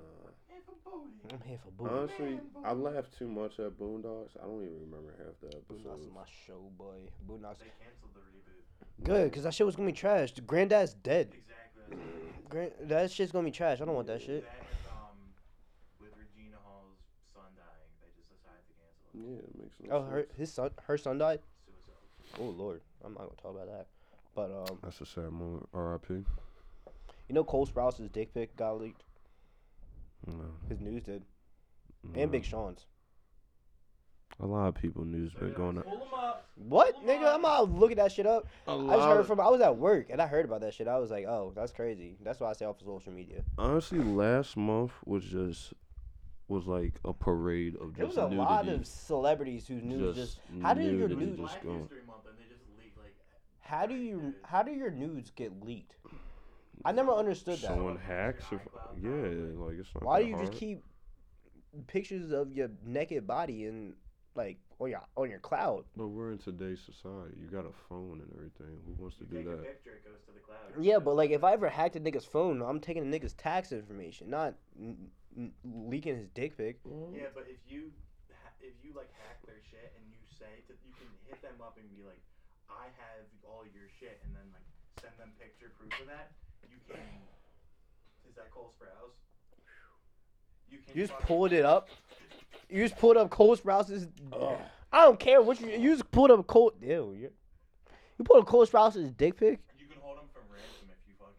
C: It's a booty.
B: I'm here for booty.
A: Honestly, I laugh too much at Boondocks. I don't even remember half the
B: Boondocks
A: episodes.
B: is my show, boy. Boondocks.
C: They canceled the reboot.
B: Good, because that shit was going to be trash. Granddad's dead.
C: Exactly.
B: Grand- that shit's going to be trash. I don't want that shit.
C: That and, um, with Regina Hall's son dying, they just decided to cancel it.
A: Yeah, it makes no
B: Oh,
A: sense.
B: her, his son, her son died?
C: Suicide.
B: Oh, Lord. I'm not going to talk about that. But, um,
A: That's a sad moment. R.I.P.
B: you know Cole Sprouse's dick pic got leaked?
A: No,
B: His news did.
A: no.
B: And Big Sean's.
A: A lot of people news been going up.
D: Pull them up.
B: What, nigga? I'm not looking that shit up.
A: A
B: I just
A: lot
B: heard
A: of,
B: from. I was at work and I heard about that shit. I was like, oh, that's crazy. That's why I stay off of social media.
A: honestly, last month was just was like a parade of just
B: There was a
A: nudity.
B: lot of celebrities whose news just.
A: Just
B: how do your
A: nudity just-
B: news?
C: Black
A: going.
C: History Month, and they just leaked like.
B: How do you? How do your nudes get leaked? I never understood that.
A: Someone hacks, or, yeah, like it's not.
B: Why do
A: that
B: you just
A: hard.
B: keep pictures of your naked body and like on your on your cloud?
A: But we're in today's society. You got a phone and everything. Who wants to
C: You
A: do
C: take a
A: that?
C: picture, it goes to the cloud.
B: Yeah, but like if I ever hacked a nigga's phone, I'm taking a nigga's tax information, not n- n- leaking his dick pic.
C: Yeah, but if you ha- if you like hack their shit and you say to, you can hit them up and be like, I have all your shit, and then like send them picture proof of that. You can. Is that Cole Sprouse? You can.
B: You just
C: fucking-
B: pulled it up. You just pulled up Cole Sprouse's.
A: Ugh.
B: I don't care what you. You just pulled up Cole. Ew, you. You pulled up Cole Sprouse's dick pic.
C: You can hold them from ransom if you fucking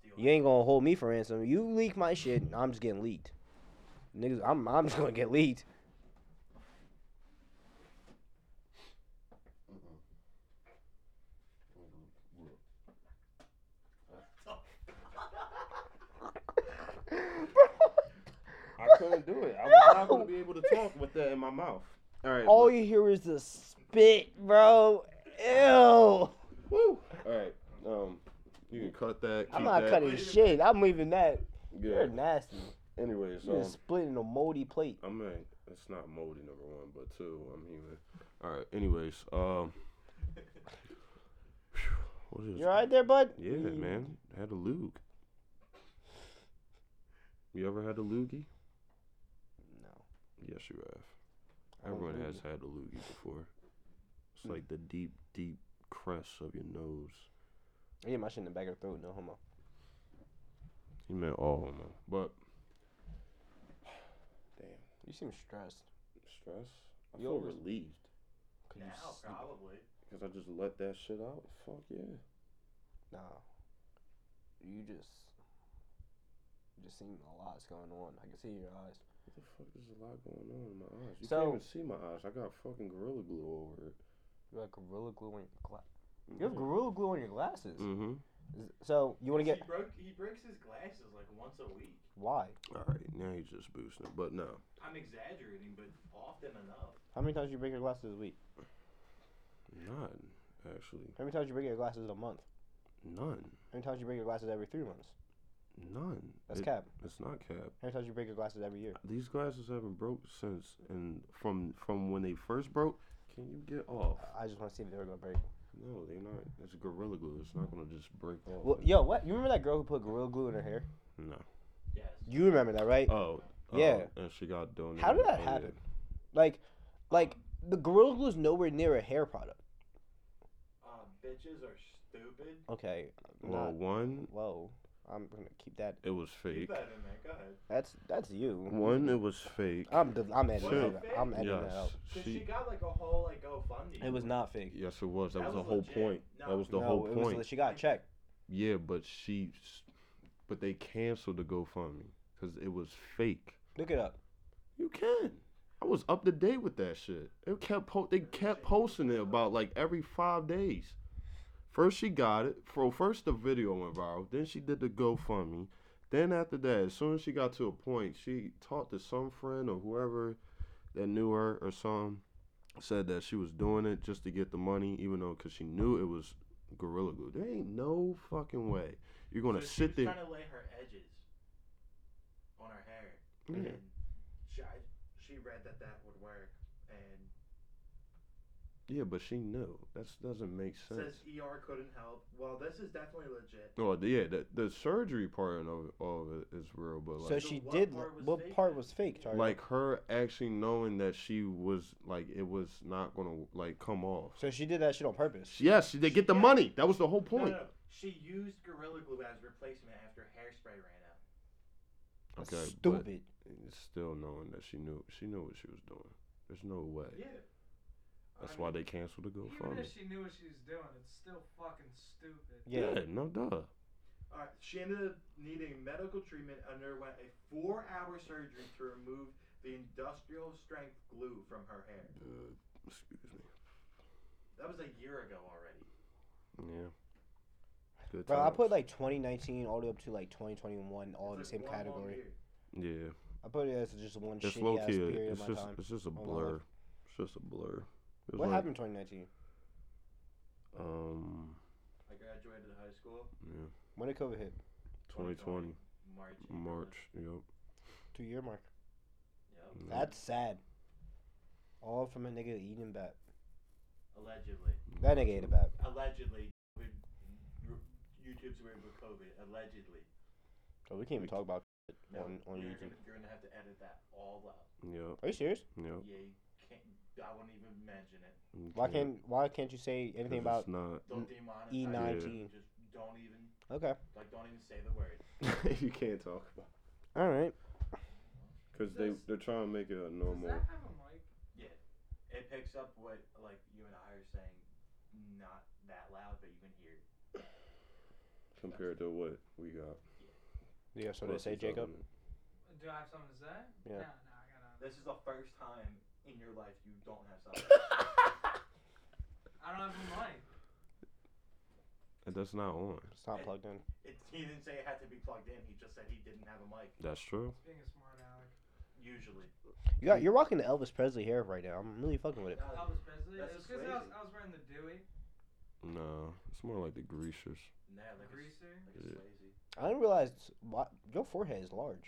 C: steal.
B: You ain't gonna hold me for ransom. You leak my shit. I'm just getting leaked. Niggas, I'm I'm just gonna get leaked.
A: I couldn't do it. I was not gonna
B: No.
A: be able to talk with that in my mouth. All right.
B: All
A: but-
B: you hear is the spit, bro. Ew.
A: Woo. All right. Um, you can cut that.
B: I'm
A: keep
B: not
A: that.
B: cutting shit. I'm leaving that.
A: Yeah.
B: You're nasty.
A: Anyways,
B: You're
A: um,
B: splitting a moldy plate.
A: I mean, it's not moldy number one, but two, I'm human. All right. Anyways, um, phew, what is?
B: You alright there, bud?
A: Yeah,
B: You-
A: man. Had a lug. You ever had a loogie?
B: No.
A: Yes, you have.
B: I don't
A: Everyone
B: do
A: has had a loogie before. It's like the deep, deep crest of your nose.
B: I get my shit in the back of the throat. No homo.
A: He meant all of them, but
B: You seem stressed.
A: stress. I
B: You
A: feel
B: always-
A: relieved
B: Could you
C: Now,
B: sleep?
C: probably.
A: because I just let that shit out. Fuck yeah.
B: No. You just you just seem a lot's going on. I can see your eyes.
A: What the fuck? There's a lot going on in my eyes. You
B: So-
A: can't even see my eyes. I got fucking gorilla glue over it.
B: You got gorilla glue on your glass. You have gorilla glue on your glasses.
A: Mm-hmm.
B: Is- So you want to get
C: He broke. He breaks his glasses like once a week.
B: why?
A: All right, now he's just boosting, it, but no.
C: I'm exaggerating, but often enough.
B: How many times you break your glasses a week?
A: Not actually.
B: How many times you break your glasses a month?
A: None.
B: How many times you break your glasses every three months?
A: None.
B: That's
A: It-
B: cap.
A: It's not cap.
B: How many times you break your glasses every year?
A: These glasses haven't broke since and from from when they first broke. Can you get off?
B: I just want to see if they're gonna break.
A: No, they're not. It's gorilla glue. It's not gonna just break off.
B: Well, yo, what? You remember that girl who put gorilla glue in her hair?
A: No.
C: Yes.
B: You remember that, right?
A: Oh. oh,
B: Yeah.
A: and she got donated.
B: How did that
A: Oh, yeah.
B: happen? Like, like the gorilla glue is nowhere near a hair product.
C: Uh, bitches are stupid.
B: Okay.
A: Well,
B: Not,
A: one,
B: whoa. I'm gonna keep that.
A: it was
C: Keep
A: fake.
C: that in there. Go ahead.
B: That's that's you.
A: One, it was fake.
B: I'm de- I'm editing.
A: Two.
B: that out. I'm editing that out.
A: yes.
C: Cause she got like a whole like GoFundMe.
B: It was not fake.
A: Yes, it was. That,
C: That
A: was,
C: was
A: the whole
C: legit.
A: point.
C: No.
A: That was the
B: no,
A: whole
B: it
A: point.
B: was she got checked.
A: yeah, but she, s- but they canceled the GoFundMe because it was fake.
B: Look it up.
A: You can. I was up to date with that shit. It kept po- they kept posting it about like every five days. First she got it. For first the video went viral. Then she did the GoFundMe. Then after that, as soon as she got to a point, she talked to some friend or whoever that knew her or some said that she was doing it just to get the money, even though because she knew it was Gorilla Glue. There ain't no fucking way you're gonna
C: So she
A: sit
C: was
A: there.
C: Trying to lay her edges on her hair.
A: Yeah.
C: And she, I, she read that that would work, and
A: Yeah, but she knew. That doesn't make sense.
C: says ER couldn't help. Well, this is definitely legit.
A: Well, the- yeah, the, the surgery part of, of it is real, but
B: so
A: like,
C: So
B: she
C: what
B: did.
C: part was
B: what
C: fake
B: part
C: then?
B: was fake, Charlie?
A: like her actually knowing that she was like it was not gonna like come off.
B: so she did that shit on purpose.
A: Yes, she did get the
C: Yeah.
A: money. That was the whole
C: No, no,
A: point.
C: no. She used Gorilla Glue as replacement after hairspray ran out.
B: That's
A: Okay, but
B: stupid.
A: it's still knowing that she knew she knew what she was doing. There's no way.
C: Yeah.
A: That's why they canceled the
D: Even
A: GoFundMe.
D: if she knew what she was doing, it's still fucking stupid.
B: Yeah.
A: yeah, no duh.
C: All right. She ended up needing medical treatment. Underwent a four-hour surgery to remove the industrial strength glue from her hair.
A: Uh, excuse me.
C: That was a year ago already.
A: Yeah. Good
B: Bro, I
A: times.
B: put like 2019 all the way up to like 2021 all in the
C: It's
B: same
C: like one long
B: category.
C: year.
A: yeah.
B: I put it as just one
A: It's
B: shitty
A: low
B: ass
A: key.
B: period
A: It's
B: of my
A: just
B: time.
A: it's just a
B: all my life.
A: blur. It's just a blur. It was
B: What
A: like,
B: happened in 2019?
A: Um.
C: I graduated high school.
A: Yeah.
B: When did COVID hit?
A: 2020
C: March. April.
A: March. Mm-hmm. Yep.
B: Two year mark.
C: Yep.
A: Yep.
B: That's sad. All from a nigga eating bat.
C: Allegedly.
B: That nigga ate a bat.
C: Allegedly. with r- YouTube's weird with COVID. Allegedly.
B: So we can't even talk about
C: No,
B: on, on
C: you're,
B: YouTube.
C: gonna, you're gonna have to edit that all out.
A: Yep.
B: Are you serious?
A: Yep.
C: Yeah, you can't. I wouldn't even mention it.
A: you
B: Why can't Why can't you say anything
A: 'cause
B: about?
A: it's not.
C: Don't
B: E
C: demonetize. it.
B: nineteen.
C: Just don't even
B: Okay.
C: like. Don't even say the word.
A: you can't talk about
B: All right.
A: because they
D: Does-
A: they're trying to make it a
D: Does
A: normal.
D: that have a mic?
C: Yeah, it picks up what like you and I are saying, not that loud, but you can hear. it.
A: compared to what we got.
B: Yeah. So they
A: Plus
B: say
A: it's other
B: Jacob.
A: than-
D: Do I have something to say?
B: Yeah.
D: No, no, I gotta.
C: This is the first time in your life you don't have something.
D: I don't have a mic.
A: And that's not on.
B: It's not plugged in.
C: it, he didn't say it had to be plugged in. He just said he didn't have a mic.
A: That's true.
D: It's being a smart aleck.
C: Usually.
B: You got. You're rocking the Elvis Presley hair right now. I'm really fucking with it.
C: No,
D: Elvis Presley.
C: Oh, That's
D: It was 'cause I was,
C: crazy.
D: I was wearing the Dewey
A: No, it's more like the greasers.
C: nah, like it's,
D: greaser.
C: like it's lazy.
B: I didn't realize why, your forehead is large.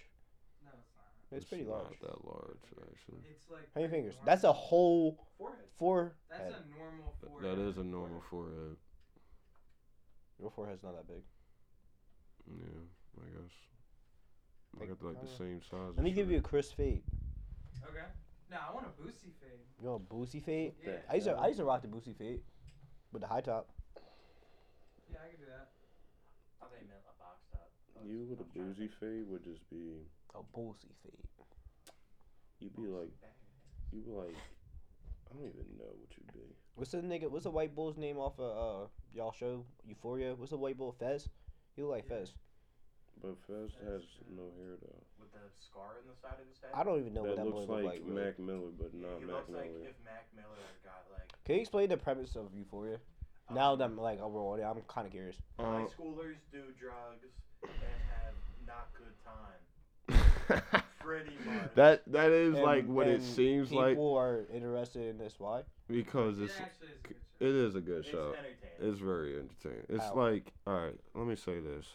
D: No, it's not.
B: It's, pretty large.
A: Not that large actually.
D: It's like.
B: Hmm. How many
D: a
B: fingers?
D: normal-
B: That's a whole
C: Forehead.
B: forehead.
D: That's a normal
A: Th-
D: forehead.
A: That is a normal forehead.
B: Your forehead's not that big.
A: Yeah, I guess. I
B: Like,
A: got like
B: I
A: the
B: don't-
A: same size.
B: Let me give you a crisp fade.
D: Okay. No, I want a boosty fade.
B: You know, a boosie fade.
D: Yeah.
B: I used to. I used to rock the boosie fade, with the high top.
D: Yeah, I can do that.
C: I thought you meant a box top.
A: You with a
C: I'm trying to
A: boozy
C: think.
A: fade would just be
B: A boosie fade.
A: you'd be like you'd be like I don't even know what you'd be.
B: What's the nigga? What's the white bull's name off of uh y'all show Euphoria? What's the white bull Fez? You look like
D: Yeah.
B: Fez.
A: But Fez has
D: That's true.
A: no hair though.
C: With the scar in the side of his head.
B: I don't even know what
A: That
B: that boy
A: looks
B: look
A: like
B: like. really.
A: Mac Miller, but
C: He
A: not Mac
C: looks
A: Miller.
C: like if Mac Miller got like.
B: Can you explain the premise of Euphoria?
C: um,
B: now that I'm like overall, I'm kind of curious.
C: High
A: Uh,
C: schoolers do drugs and have not good time. Pretty much.
A: that that is
B: And-
A: like what it
B: and
A: seems like
B: People are interested in this. Why?
A: because
D: It
A: it's
D: actually is a good show.
A: it is a good
C: It's
A: show.
C: entertaining.
A: It's very entertaining. It's
B: How?
A: like all right, let me say this.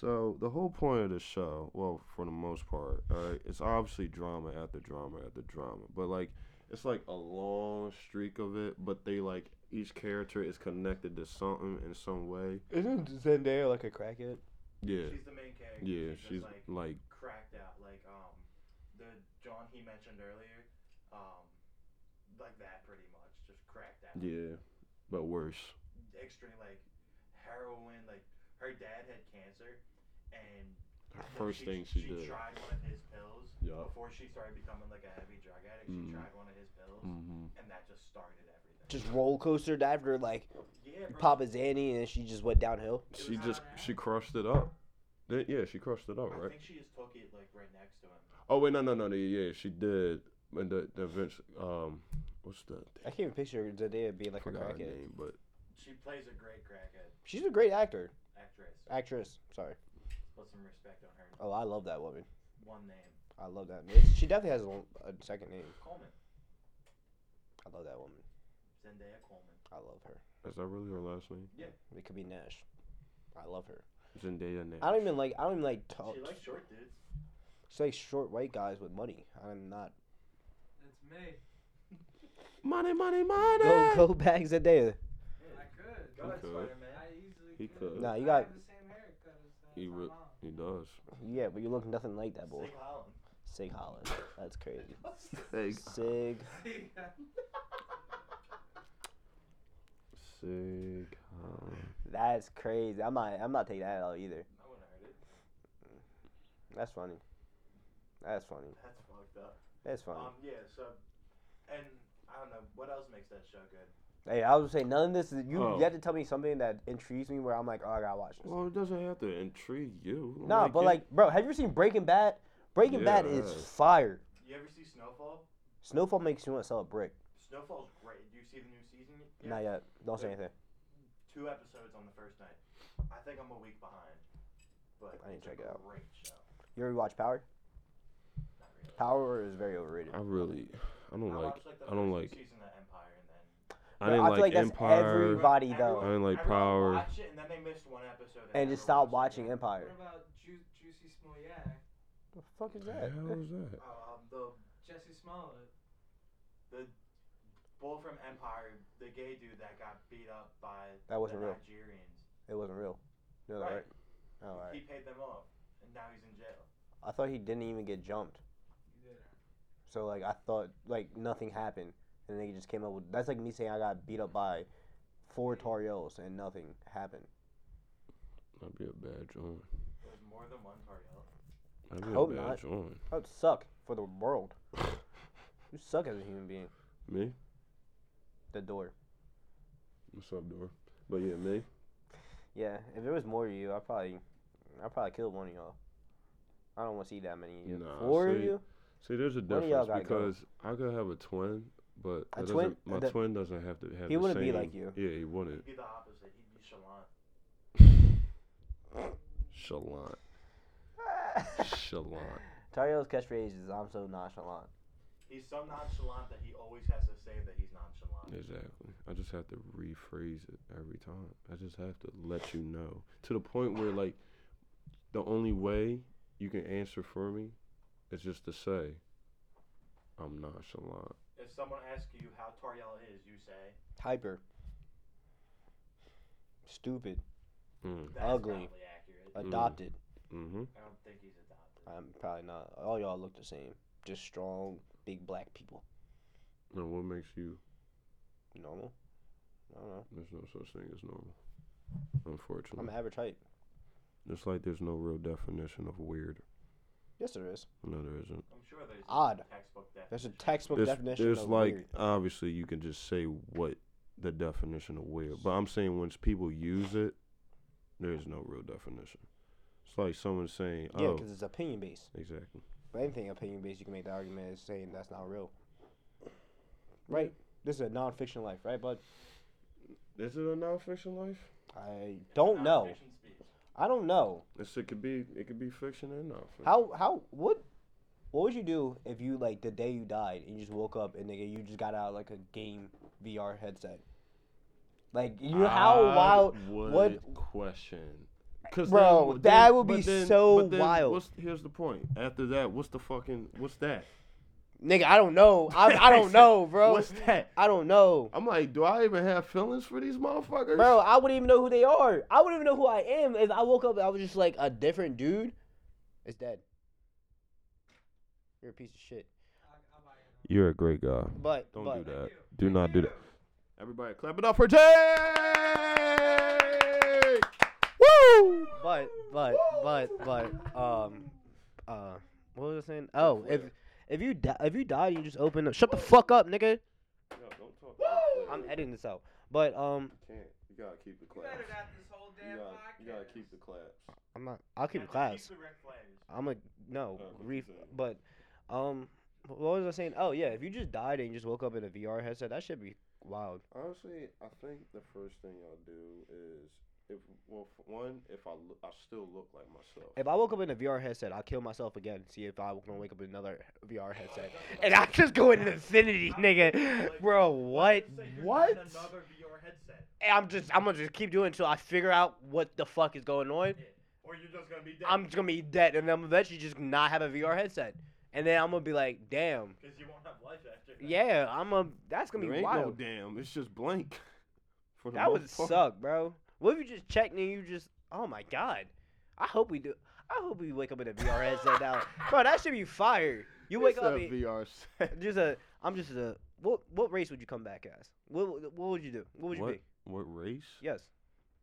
A: So the whole point of the show, well, for the most part, all right, it's obviously drama after drama after drama, but like it's like a long streak of it. But they like each character is connected to something in some way.
B: Isn't Zendaya like a crackhead?
A: Yeah,
C: She's the main character.
A: yeah,
C: just,
A: she's
C: like
A: like
C: cracked out. Like um, the John he mentioned earlier, um, like that pretty much, just cracked out.
A: yeah, but worse.
C: Extreme like heroin. Like her dad had cancer, and
A: Her
C: like,
A: first thing she,
C: she
A: did.
C: tried one of his pills
A: Yeah.
C: before she started becoming like a heavy drug addict.
A: Mhm.
C: She tried one of his pills,
A: Mm-hmm.
C: and that just started everything.
B: Just roller coastered after like
C: yeah, bro.
B: Papa Zanny, and she just went downhill.
A: She
D: was
A: just
D: hot.
A: she crushed it up. Th- Yeah, she crushed it up,
C: I
A: right?
C: think she just took it like right next to him.
A: Oh wait, no, no, no, no, yeah, she did. and the the Vince um what's the
B: I can't even picture Zendaya being like
A: forgot
B: a
A: her
B: crackhead.
A: name, but
C: She plays a great crackhead
B: She's a great actor,
C: actress.
B: actress. Sorry.
C: Put some respect on her.
B: Oh, I love that woman.
C: One name,
B: I love that. It's, she definitely has a, l- a second name.
C: Coleman.
B: I love that woman.
C: Zendaya Coleman.
B: I love her.
A: is that really her last name?
B: It could be Nash. I love her.
A: Zendaya Nash.
B: I don't even like. I don't even like. Talk.
C: She likes short dudes.
B: She likes short white guys with money. I'm not.
D: It's me.
A: money, money, money.
B: Go go back Zendaya.
D: I could.
C: Go ahead,
A: Okay.
C: Spider Man.
D: I easily
A: He
D: could.
A: could.
B: Nah, you
D: I
B: got-
D: have the same haircut as uh,
A: He
D: my
A: re-
D: mom.
A: He does.
B: Yeah, but you look nothing like that boy.
C: Sig Holland.
B: Sig Holland. That's crazy.
A: Sig.
B: Sig.
A: Sig. Holland.
B: That's crazy. I'm not. I'm not taking that out either.
C: I wouldn't hurt it.
B: That's funny. That's funny.
C: That's fucked up.
B: That's funny.
C: Um, yeah, so, and I don't know, what else makes that show good?
B: hey, I was saying none of this. Is, you
A: Oh.
B: you have to tell me something that intrigues me where I'm like, oh, I gotta watch this.
A: Well, it doesn't have to intrigue you.
B: no, but
A: it-
B: like, bro, have you ever seen Breaking Bad? Breaking Bad is
A: Yeah.
B: fire.
C: You ever see Snowfall?
B: Snowfall makes you want to sell a brick.
C: Snowfall's great. Do you see the new season? yet?
B: Not yet. Don't say
C: Yeah.
B: anything.
C: Two episodes on the first night. I think I'm a week behind. But
B: I need to
C: it's
B: check it
C: a
B: out.
C: Great show.
B: You ever watch Power?
C: Not really.
B: Power is very overrated.
A: I really, I don't like.
C: watched,
A: I don't
C: first
A: like-
C: Season of Empire, and then
A: I
B: But
A: didn't
B: I feel
A: like,
B: like that's
A: Empire.
B: every- Everybody,
C: Everyone-
A: though. I didn't like
C: everyone
A: Power.
C: watched it, and then they missed one episode.
B: And
C: never
B: just stop
C: watched
B: watching
C: it again.
B: Empire.
D: What about Ju- Juicy Smollett?
B: What the fuck is
A: The hell
B: that?
A: is that?
C: Um, the
D: Jesse Smollett.
C: bull from Empire, the gay dude that got beat up by
B: That wasn't
C: the
B: real.
C: Nigerians.
B: It wasn't real. You know that,
C: Right.
B: right? Oh, all
C: He
B: right.
C: paid them off, and now he's in jail.
B: I thought he didn't even get jumped.
D: You did it.
B: So like I thought like nothing happened, and they just came up with that's like me saying I got beat up by four Torios and nothing happened.
A: That'd be a bad joint.
C: There's more than one Toriel.
A: That'd
B: I
A: be
B: hope
A: a bad
B: not.
A: joint.
B: That would suck for the world. you suck as a human being.
A: Me?
B: The door.
A: What's up, door? But yeah, me.
B: Yeah, if there was more of you, I probably, I probably killed one of y'all. I don't want to see that many of you.
A: Nah,
B: Four of
A: see,
B: you?
A: See, there's a
B: One of y'all
A: difference
B: gotta go.
A: because I could have a twin, but
B: A
A: that
B: twin?
A: doesn't- My
B: The-
A: twin doesn't have to have.
B: He
A: the
B: wouldn't be
A: same-
B: like you.
A: Yeah, he
C: He'd
A: wouldn't.
C: be the opposite. He'd be Shalon.
A: Shalon. Shalon.
B: Tario's catchphrase is "I'm so nonchalant."
C: He's so nonchalant that he always has to say that he's nonchalant.
A: Exactly. I just have to rephrase it every time. I just have to let you know to the point where like the only way you can answer for me is just to say I'm nonchalant.
C: If someone asks you how Toriel is, you say
B: Hyper. Stupid.
A: Mm.
C: that's
B: Ugly.
C: probably accurate.
A: Mm.
B: Adopted.
A: Mhm.
C: I don't think he's adopted.
B: I'm probably not. All y'all look the same. Just strong, big black people.
A: And what makes you?
B: Normal. I don't know.
A: There's no such thing as normal. Unfortunately,
B: I'm average height.
A: it's like there's no real definition of weird.
B: Yes, there is.
A: No, there isn't.
C: I'm sure there's a
B: Odd.
C: textbook that
B: There's a textbook
A: There's,
B: definition
A: there's
B: of
A: like
B: weird.
A: obviously you can just say what the definition of weird, but I'm saying once people use it, there is no real definition. It's like someone saying,
B: Yeah,
A: "Oh,
B: because it's opinion based.
A: exactly."
B: But anything opinion based, you can make the argument as saying that's not real. Right. This is a non-fiction life, right? But
A: Is it a nonfiction life?
B: I
C: It's a
B: don't know.
C: nonfiction speech.
B: I don't know.
A: It's, it could be. It could be fiction and nonfiction.
B: How how what what would you do if you like the day you died and you just woke up and nigga you just got out like a game VR headset? Like you how wild
A: Would
B: what-
A: question? 'Cause
B: Bro,
A: then-
B: that
A: then-
B: would be
A: but then-
B: so
A: but then
B: wild.
A: What's, here's the point. After that, what's the fucking? What's that?
B: nigga, I don't know. I, I don't know, bro.
A: What's that?
B: I don't know.
A: I'm like, do I even have feelings for these motherfuckers?
B: Bro, I wouldn't even know who they are. I wouldn't even know who I am if I woke up and I was just like a different dude. It's dead. You're a piece of shit.
D: I, I'll buy it.
A: You're a great guy.
B: But
A: Don't do
B: but,
A: that.
D: Thank you.
A: Do not do that.
D: Ew.
A: Everybody clap it up for Jay! Woo!
B: But but but but um uh what was I saying? Oh, if if you di- if you die, you just open up. Shut the fuck up, nigga.
A: don't talk.
B: I'm editing this out. But um,
A: Can't. You gotta keep the
D: You
A: claps.
D: edited out this whole
A: You
D: damn
A: gotta,
D: podcast.
A: you gotta keep the claps.
B: I'm not. I'll keep
C: That's
B: the
C: a
B: class.
C: piece of Ric Flair's.
B: I'm a no
A: Oh, what you
B: reef,
A: saying.
B: but um, What was I saying? Oh yeah, if you just died and you just woke up in a VR headset, that should be wild.
A: Honestly, I think the first thing I'll do is if well, f- one, if I lo- I still look like myself.
B: If I woke up in a VR headset, I'll kill myself again. See if I'm gonna wake up in another VR headset, and I just go into infinity, nigga. Bro, what?
C: Let's say you're
B: What?
C: in Another VR headset.
B: And I'm just, I'm gonna just keep doing it until I figure out what the fuck is going on.
C: Yeah. Or you're just gonna be dead.
B: I'm just gonna be dead, and I'm eventually just not have a VR headset, and then I'm gonna be like, damn,
C: Because you won't have life after. that.
B: yeah, I'm a. That's gonna
A: there
B: be
A: ain't
B: wild.
A: no damn. It's just blank. For the
B: That would
A: most part.
B: suck, bro. What if you just checked and you just, oh my god. I hope we do. I hope we wake up in a VR headset now, bro. That should be fire. You wake
A: It's
B: up,
A: a
B: in-
A: VR set.
B: just a. I'm just a. What what race would you come back as? What what what would you do? What would you be?
A: What race?
B: Yes,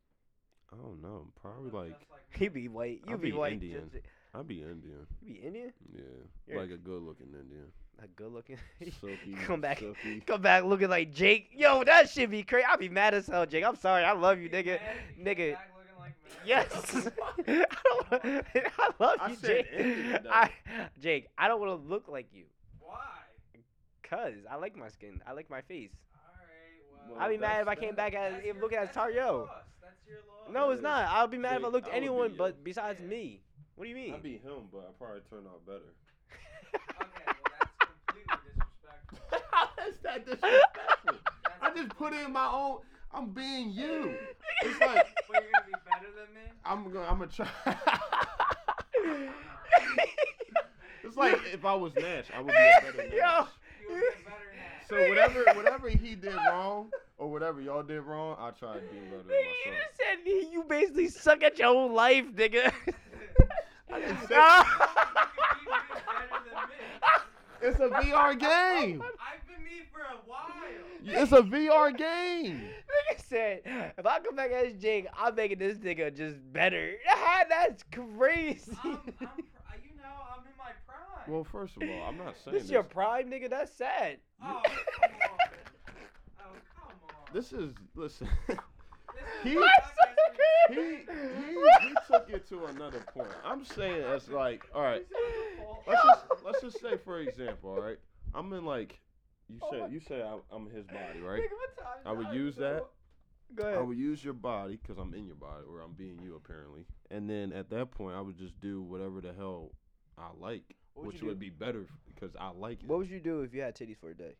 A: I don't know. Probably like
D: That's
B: he'd be white. You'd
A: I'd
B: be,
A: be
B: white.
A: Indian.
B: just-
A: I'd be Indian.
B: you'd be Indian.
A: Yeah,
B: You're-
A: like a good-looking Indian.
B: A good looking.
A: Silky,
B: come back,
A: silky.
B: come back looking like Jake. Yo, that should be crazy. I'd be mad as hell, Jake. I'm sorry. I love you, nigga. nigga. Yes. I, don't wanna, I love
A: I
B: you,
A: said
B: Jake.
A: Indian, though.
B: I, Jake, I don't want to look like you.
D: Why?
B: Cause I like my skin. I like my face.
D: Alright,
A: Well,
D: well.
B: I'd be mad if I
A: that's
B: came
A: that.
B: back as
D: That's your-
B: looking as
D: that's your
B: Tario.
D: loss. That's your loss.
B: No, it's
A: Yeah.
B: not. I'd be mad if I
A: Uh, Jake, I
B: looked at
A: would be
B: anyone
A: you.
B: but besides
D: Yeah.
B: me. What do you mean?
A: I'd be him, but I probably turn out better.
D: Okay, well, that's completely disrespectful.
A: How is that disrespectful?
D: That's
A: I just put in my own. I'm being you. It's like
D: completely- But you're gonna be better than me?
A: I'm gonna. I'm gonna try. it's like if I was Nash, I would be a better Nash.
B: Yo.
D: You would be a better Nash.
A: So whatever, whatever he did wrong, or whatever y'all did wrong, I try to do better than
B: Nigga, you
A: myself.
B: just said you you basically suck at your own life, nigga.
A: I just said,
D: I've
A: it's a VR game.
D: been me for a while.
A: It's a VR game.
B: Nigga said, if I come back as Jake, I'm making this nigga just better. That's crazy.
D: I'm, I'm, pr- uh, you know, I'm in my prime.
A: Well, first of all, I'm not saying
B: this
A: this.
B: your prime, nigga. That's sad.
D: oh, come on. Oh, come on.
A: This is listen.
D: This is
A: he-
D: a podcast
A: he,
D: where
A: he he took it to another point. I'm saying it's like, all right,
D: you-
A: let's just let's just say for example, all right, I'm in like, you
B: Oh my-
A: said you say I, I'm his body, right?
B: Nigga, what time is
A: I would
B: it?
A: use that.
B: Go
A: I
B: ahead.
A: would use your body because I'm in your body, or I'm being you apparently. And then at that point, I would just do whatever the hell I like,
B: What would
A: which
B: you
A: would
B: do?
A: be better because I like it.
B: What would you do if you had titties for a day?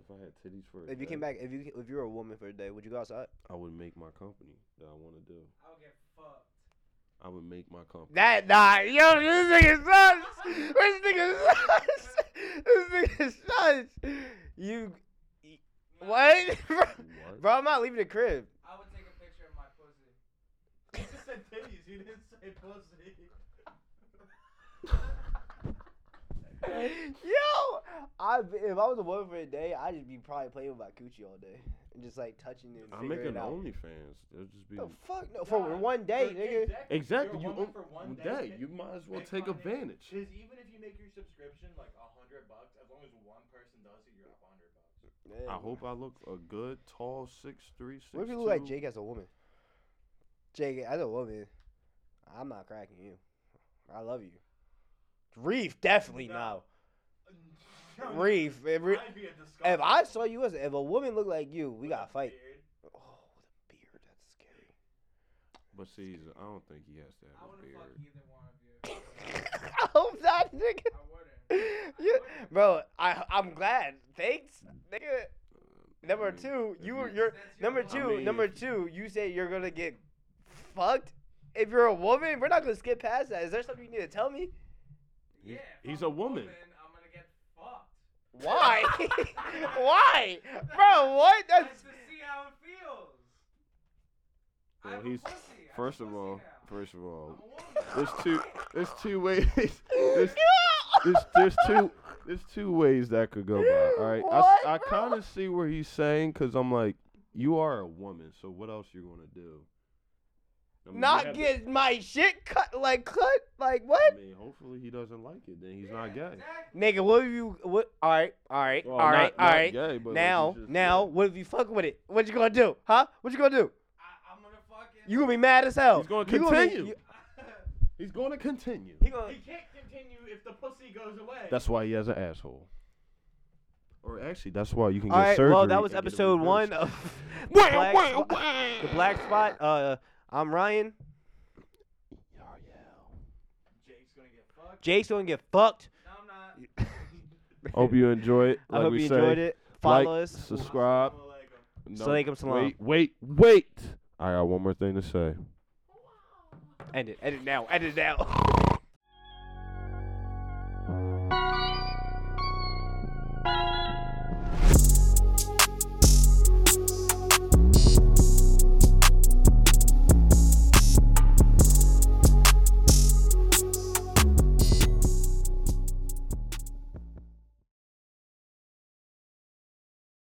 A: if I had titties for a
B: If you
A: day,
B: came back, if you if you were a woman for a day, would you go outside?
A: I would make my company that I want to do.
D: I'll get fucked.
A: I would make my company.
B: That nah, yo, this nigga sucks. This nigga sucks. This nigga sucks. You
D: No,
B: what?
A: What?
B: Bro, I'm not leaving the crib.
D: I would take a picture of my pussy.
C: He just said titties. He didn't say pussy.
B: Yo, I if I was a woman for a day, I'd just be probably playing with my coochie all day and just like touching it. And
A: I'm
B: figuring
A: making
B: it out.
A: OnlyFans. It'll just be
B: The fuck no, for
C: Nah,
B: one day,
C: for-
B: nigga.
C: Exactly.
A: exactly. You
C: You're a woman
A: own-
C: for one day.
A: that you might as well
C: Make
A: take
C: money.
A: advantage.
C: Because even if you make your subscription like a hundred bucks, as long as one person does it, you're up a hundred bucks.
A: I hope I look a good tall six three six.
B: What if you look like Jake as a woman? Jake as a woman, I'm not cracking you. I love you. Reef definitely no.
C: No.
B: Reef, if, re-
C: I'd be a disgusting.
B: if I saw you as if a woman looked like you, we gotta fight. Oh, with a beard, that's scary.
A: But see, I don't think he has to
D: I
A: have a beard.
B: I
D: wouldn't fuck either one of you.
B: hope not, nigga.
D: I wouldn't.
B: yeah, bro. I I'm glad. Thanks, nigga.
A: Uh, I
B: Number
A: mean,
B: two,
A: if
B: you were
A: you-
B: you're
D: That's your
B: number
D: loss.
B: two.
A: I mean-
B: number two, you say you're gonna get fucked. If you're a woman, we're not gonna skip past that. Is there something you need to tell me?
A: He's-
D: Yeah, if
A: he's
D: I'm
A: a woman.
D: I'm gonna get fucked.
B: Why? Why, bro? What?
D: That's
B: That's
D: to see how it feels.
A: Well,
D: I'm
A: he's
D: a pussy. I'm
A: first
D: a
A: of
D: pussy
A: all,
D: now.
A: first of
D: I'm
A: all,
D: a woman.
A: there's two, there's two ways, there's, there's, there's two, there's two ways that could go by. All right,
B: What,
A: I,
B: bro?
A: kind of see where he's saying because I'm like, you are a woman, so what else you gonna do? I mean, you
B: not
A: have to-
B: get my shit cut. Like cut. Like
A: I
B: what?
A: mean, hopefully he doesn't like it. Then he's
D: Yeah,
A: not gay.
D: Exactly.
B: Nigga, what if you? What? All right. All right.
A: Well,
B: all right.
A: not-
B: all
A: not
B: right.
A: gay, but like,
B: now,
A: he's just,
B: now,
A: yeah.
B: what if you fuck with it? What you gonna do? Huh? What you gonna do?
D: I, I'm gonna fucking.
B: You gonna be mad as hell.
A: He's gonna
B: You be-
A: continue.
B: you-
A: he's gonna continue.
B: he gonna.
C: He can't continue if the pussy goes away.
A: That's why he has an asshole. Or actually, that's why you can get
B: All right.
A: surgery.
B: Well, that was
A: and get it
B: episode one
A: reversed.
B: of the
A: Wah,
B: black,
A: wah,
B: Spot-
A: wah.
B: the black spot. Uh, I'm Ryan.
A: Oh, yeah.
C: Jake's gonna get fucked.
B: Jake's gonna get fucked.
D: No, I'm not.
A: Hope you enjoy it.
B: I
A: like
B: hope
A: we
B: you
A: say.
B: enjoyed it.
A: Like,
B: Follow us.
A: Subscribe.
C: Assalamualaikum.
A: No,
B: Salaam salam.
A: Wait, wait, wait. I got one more thing to say.
B: End it. End it now. End it now.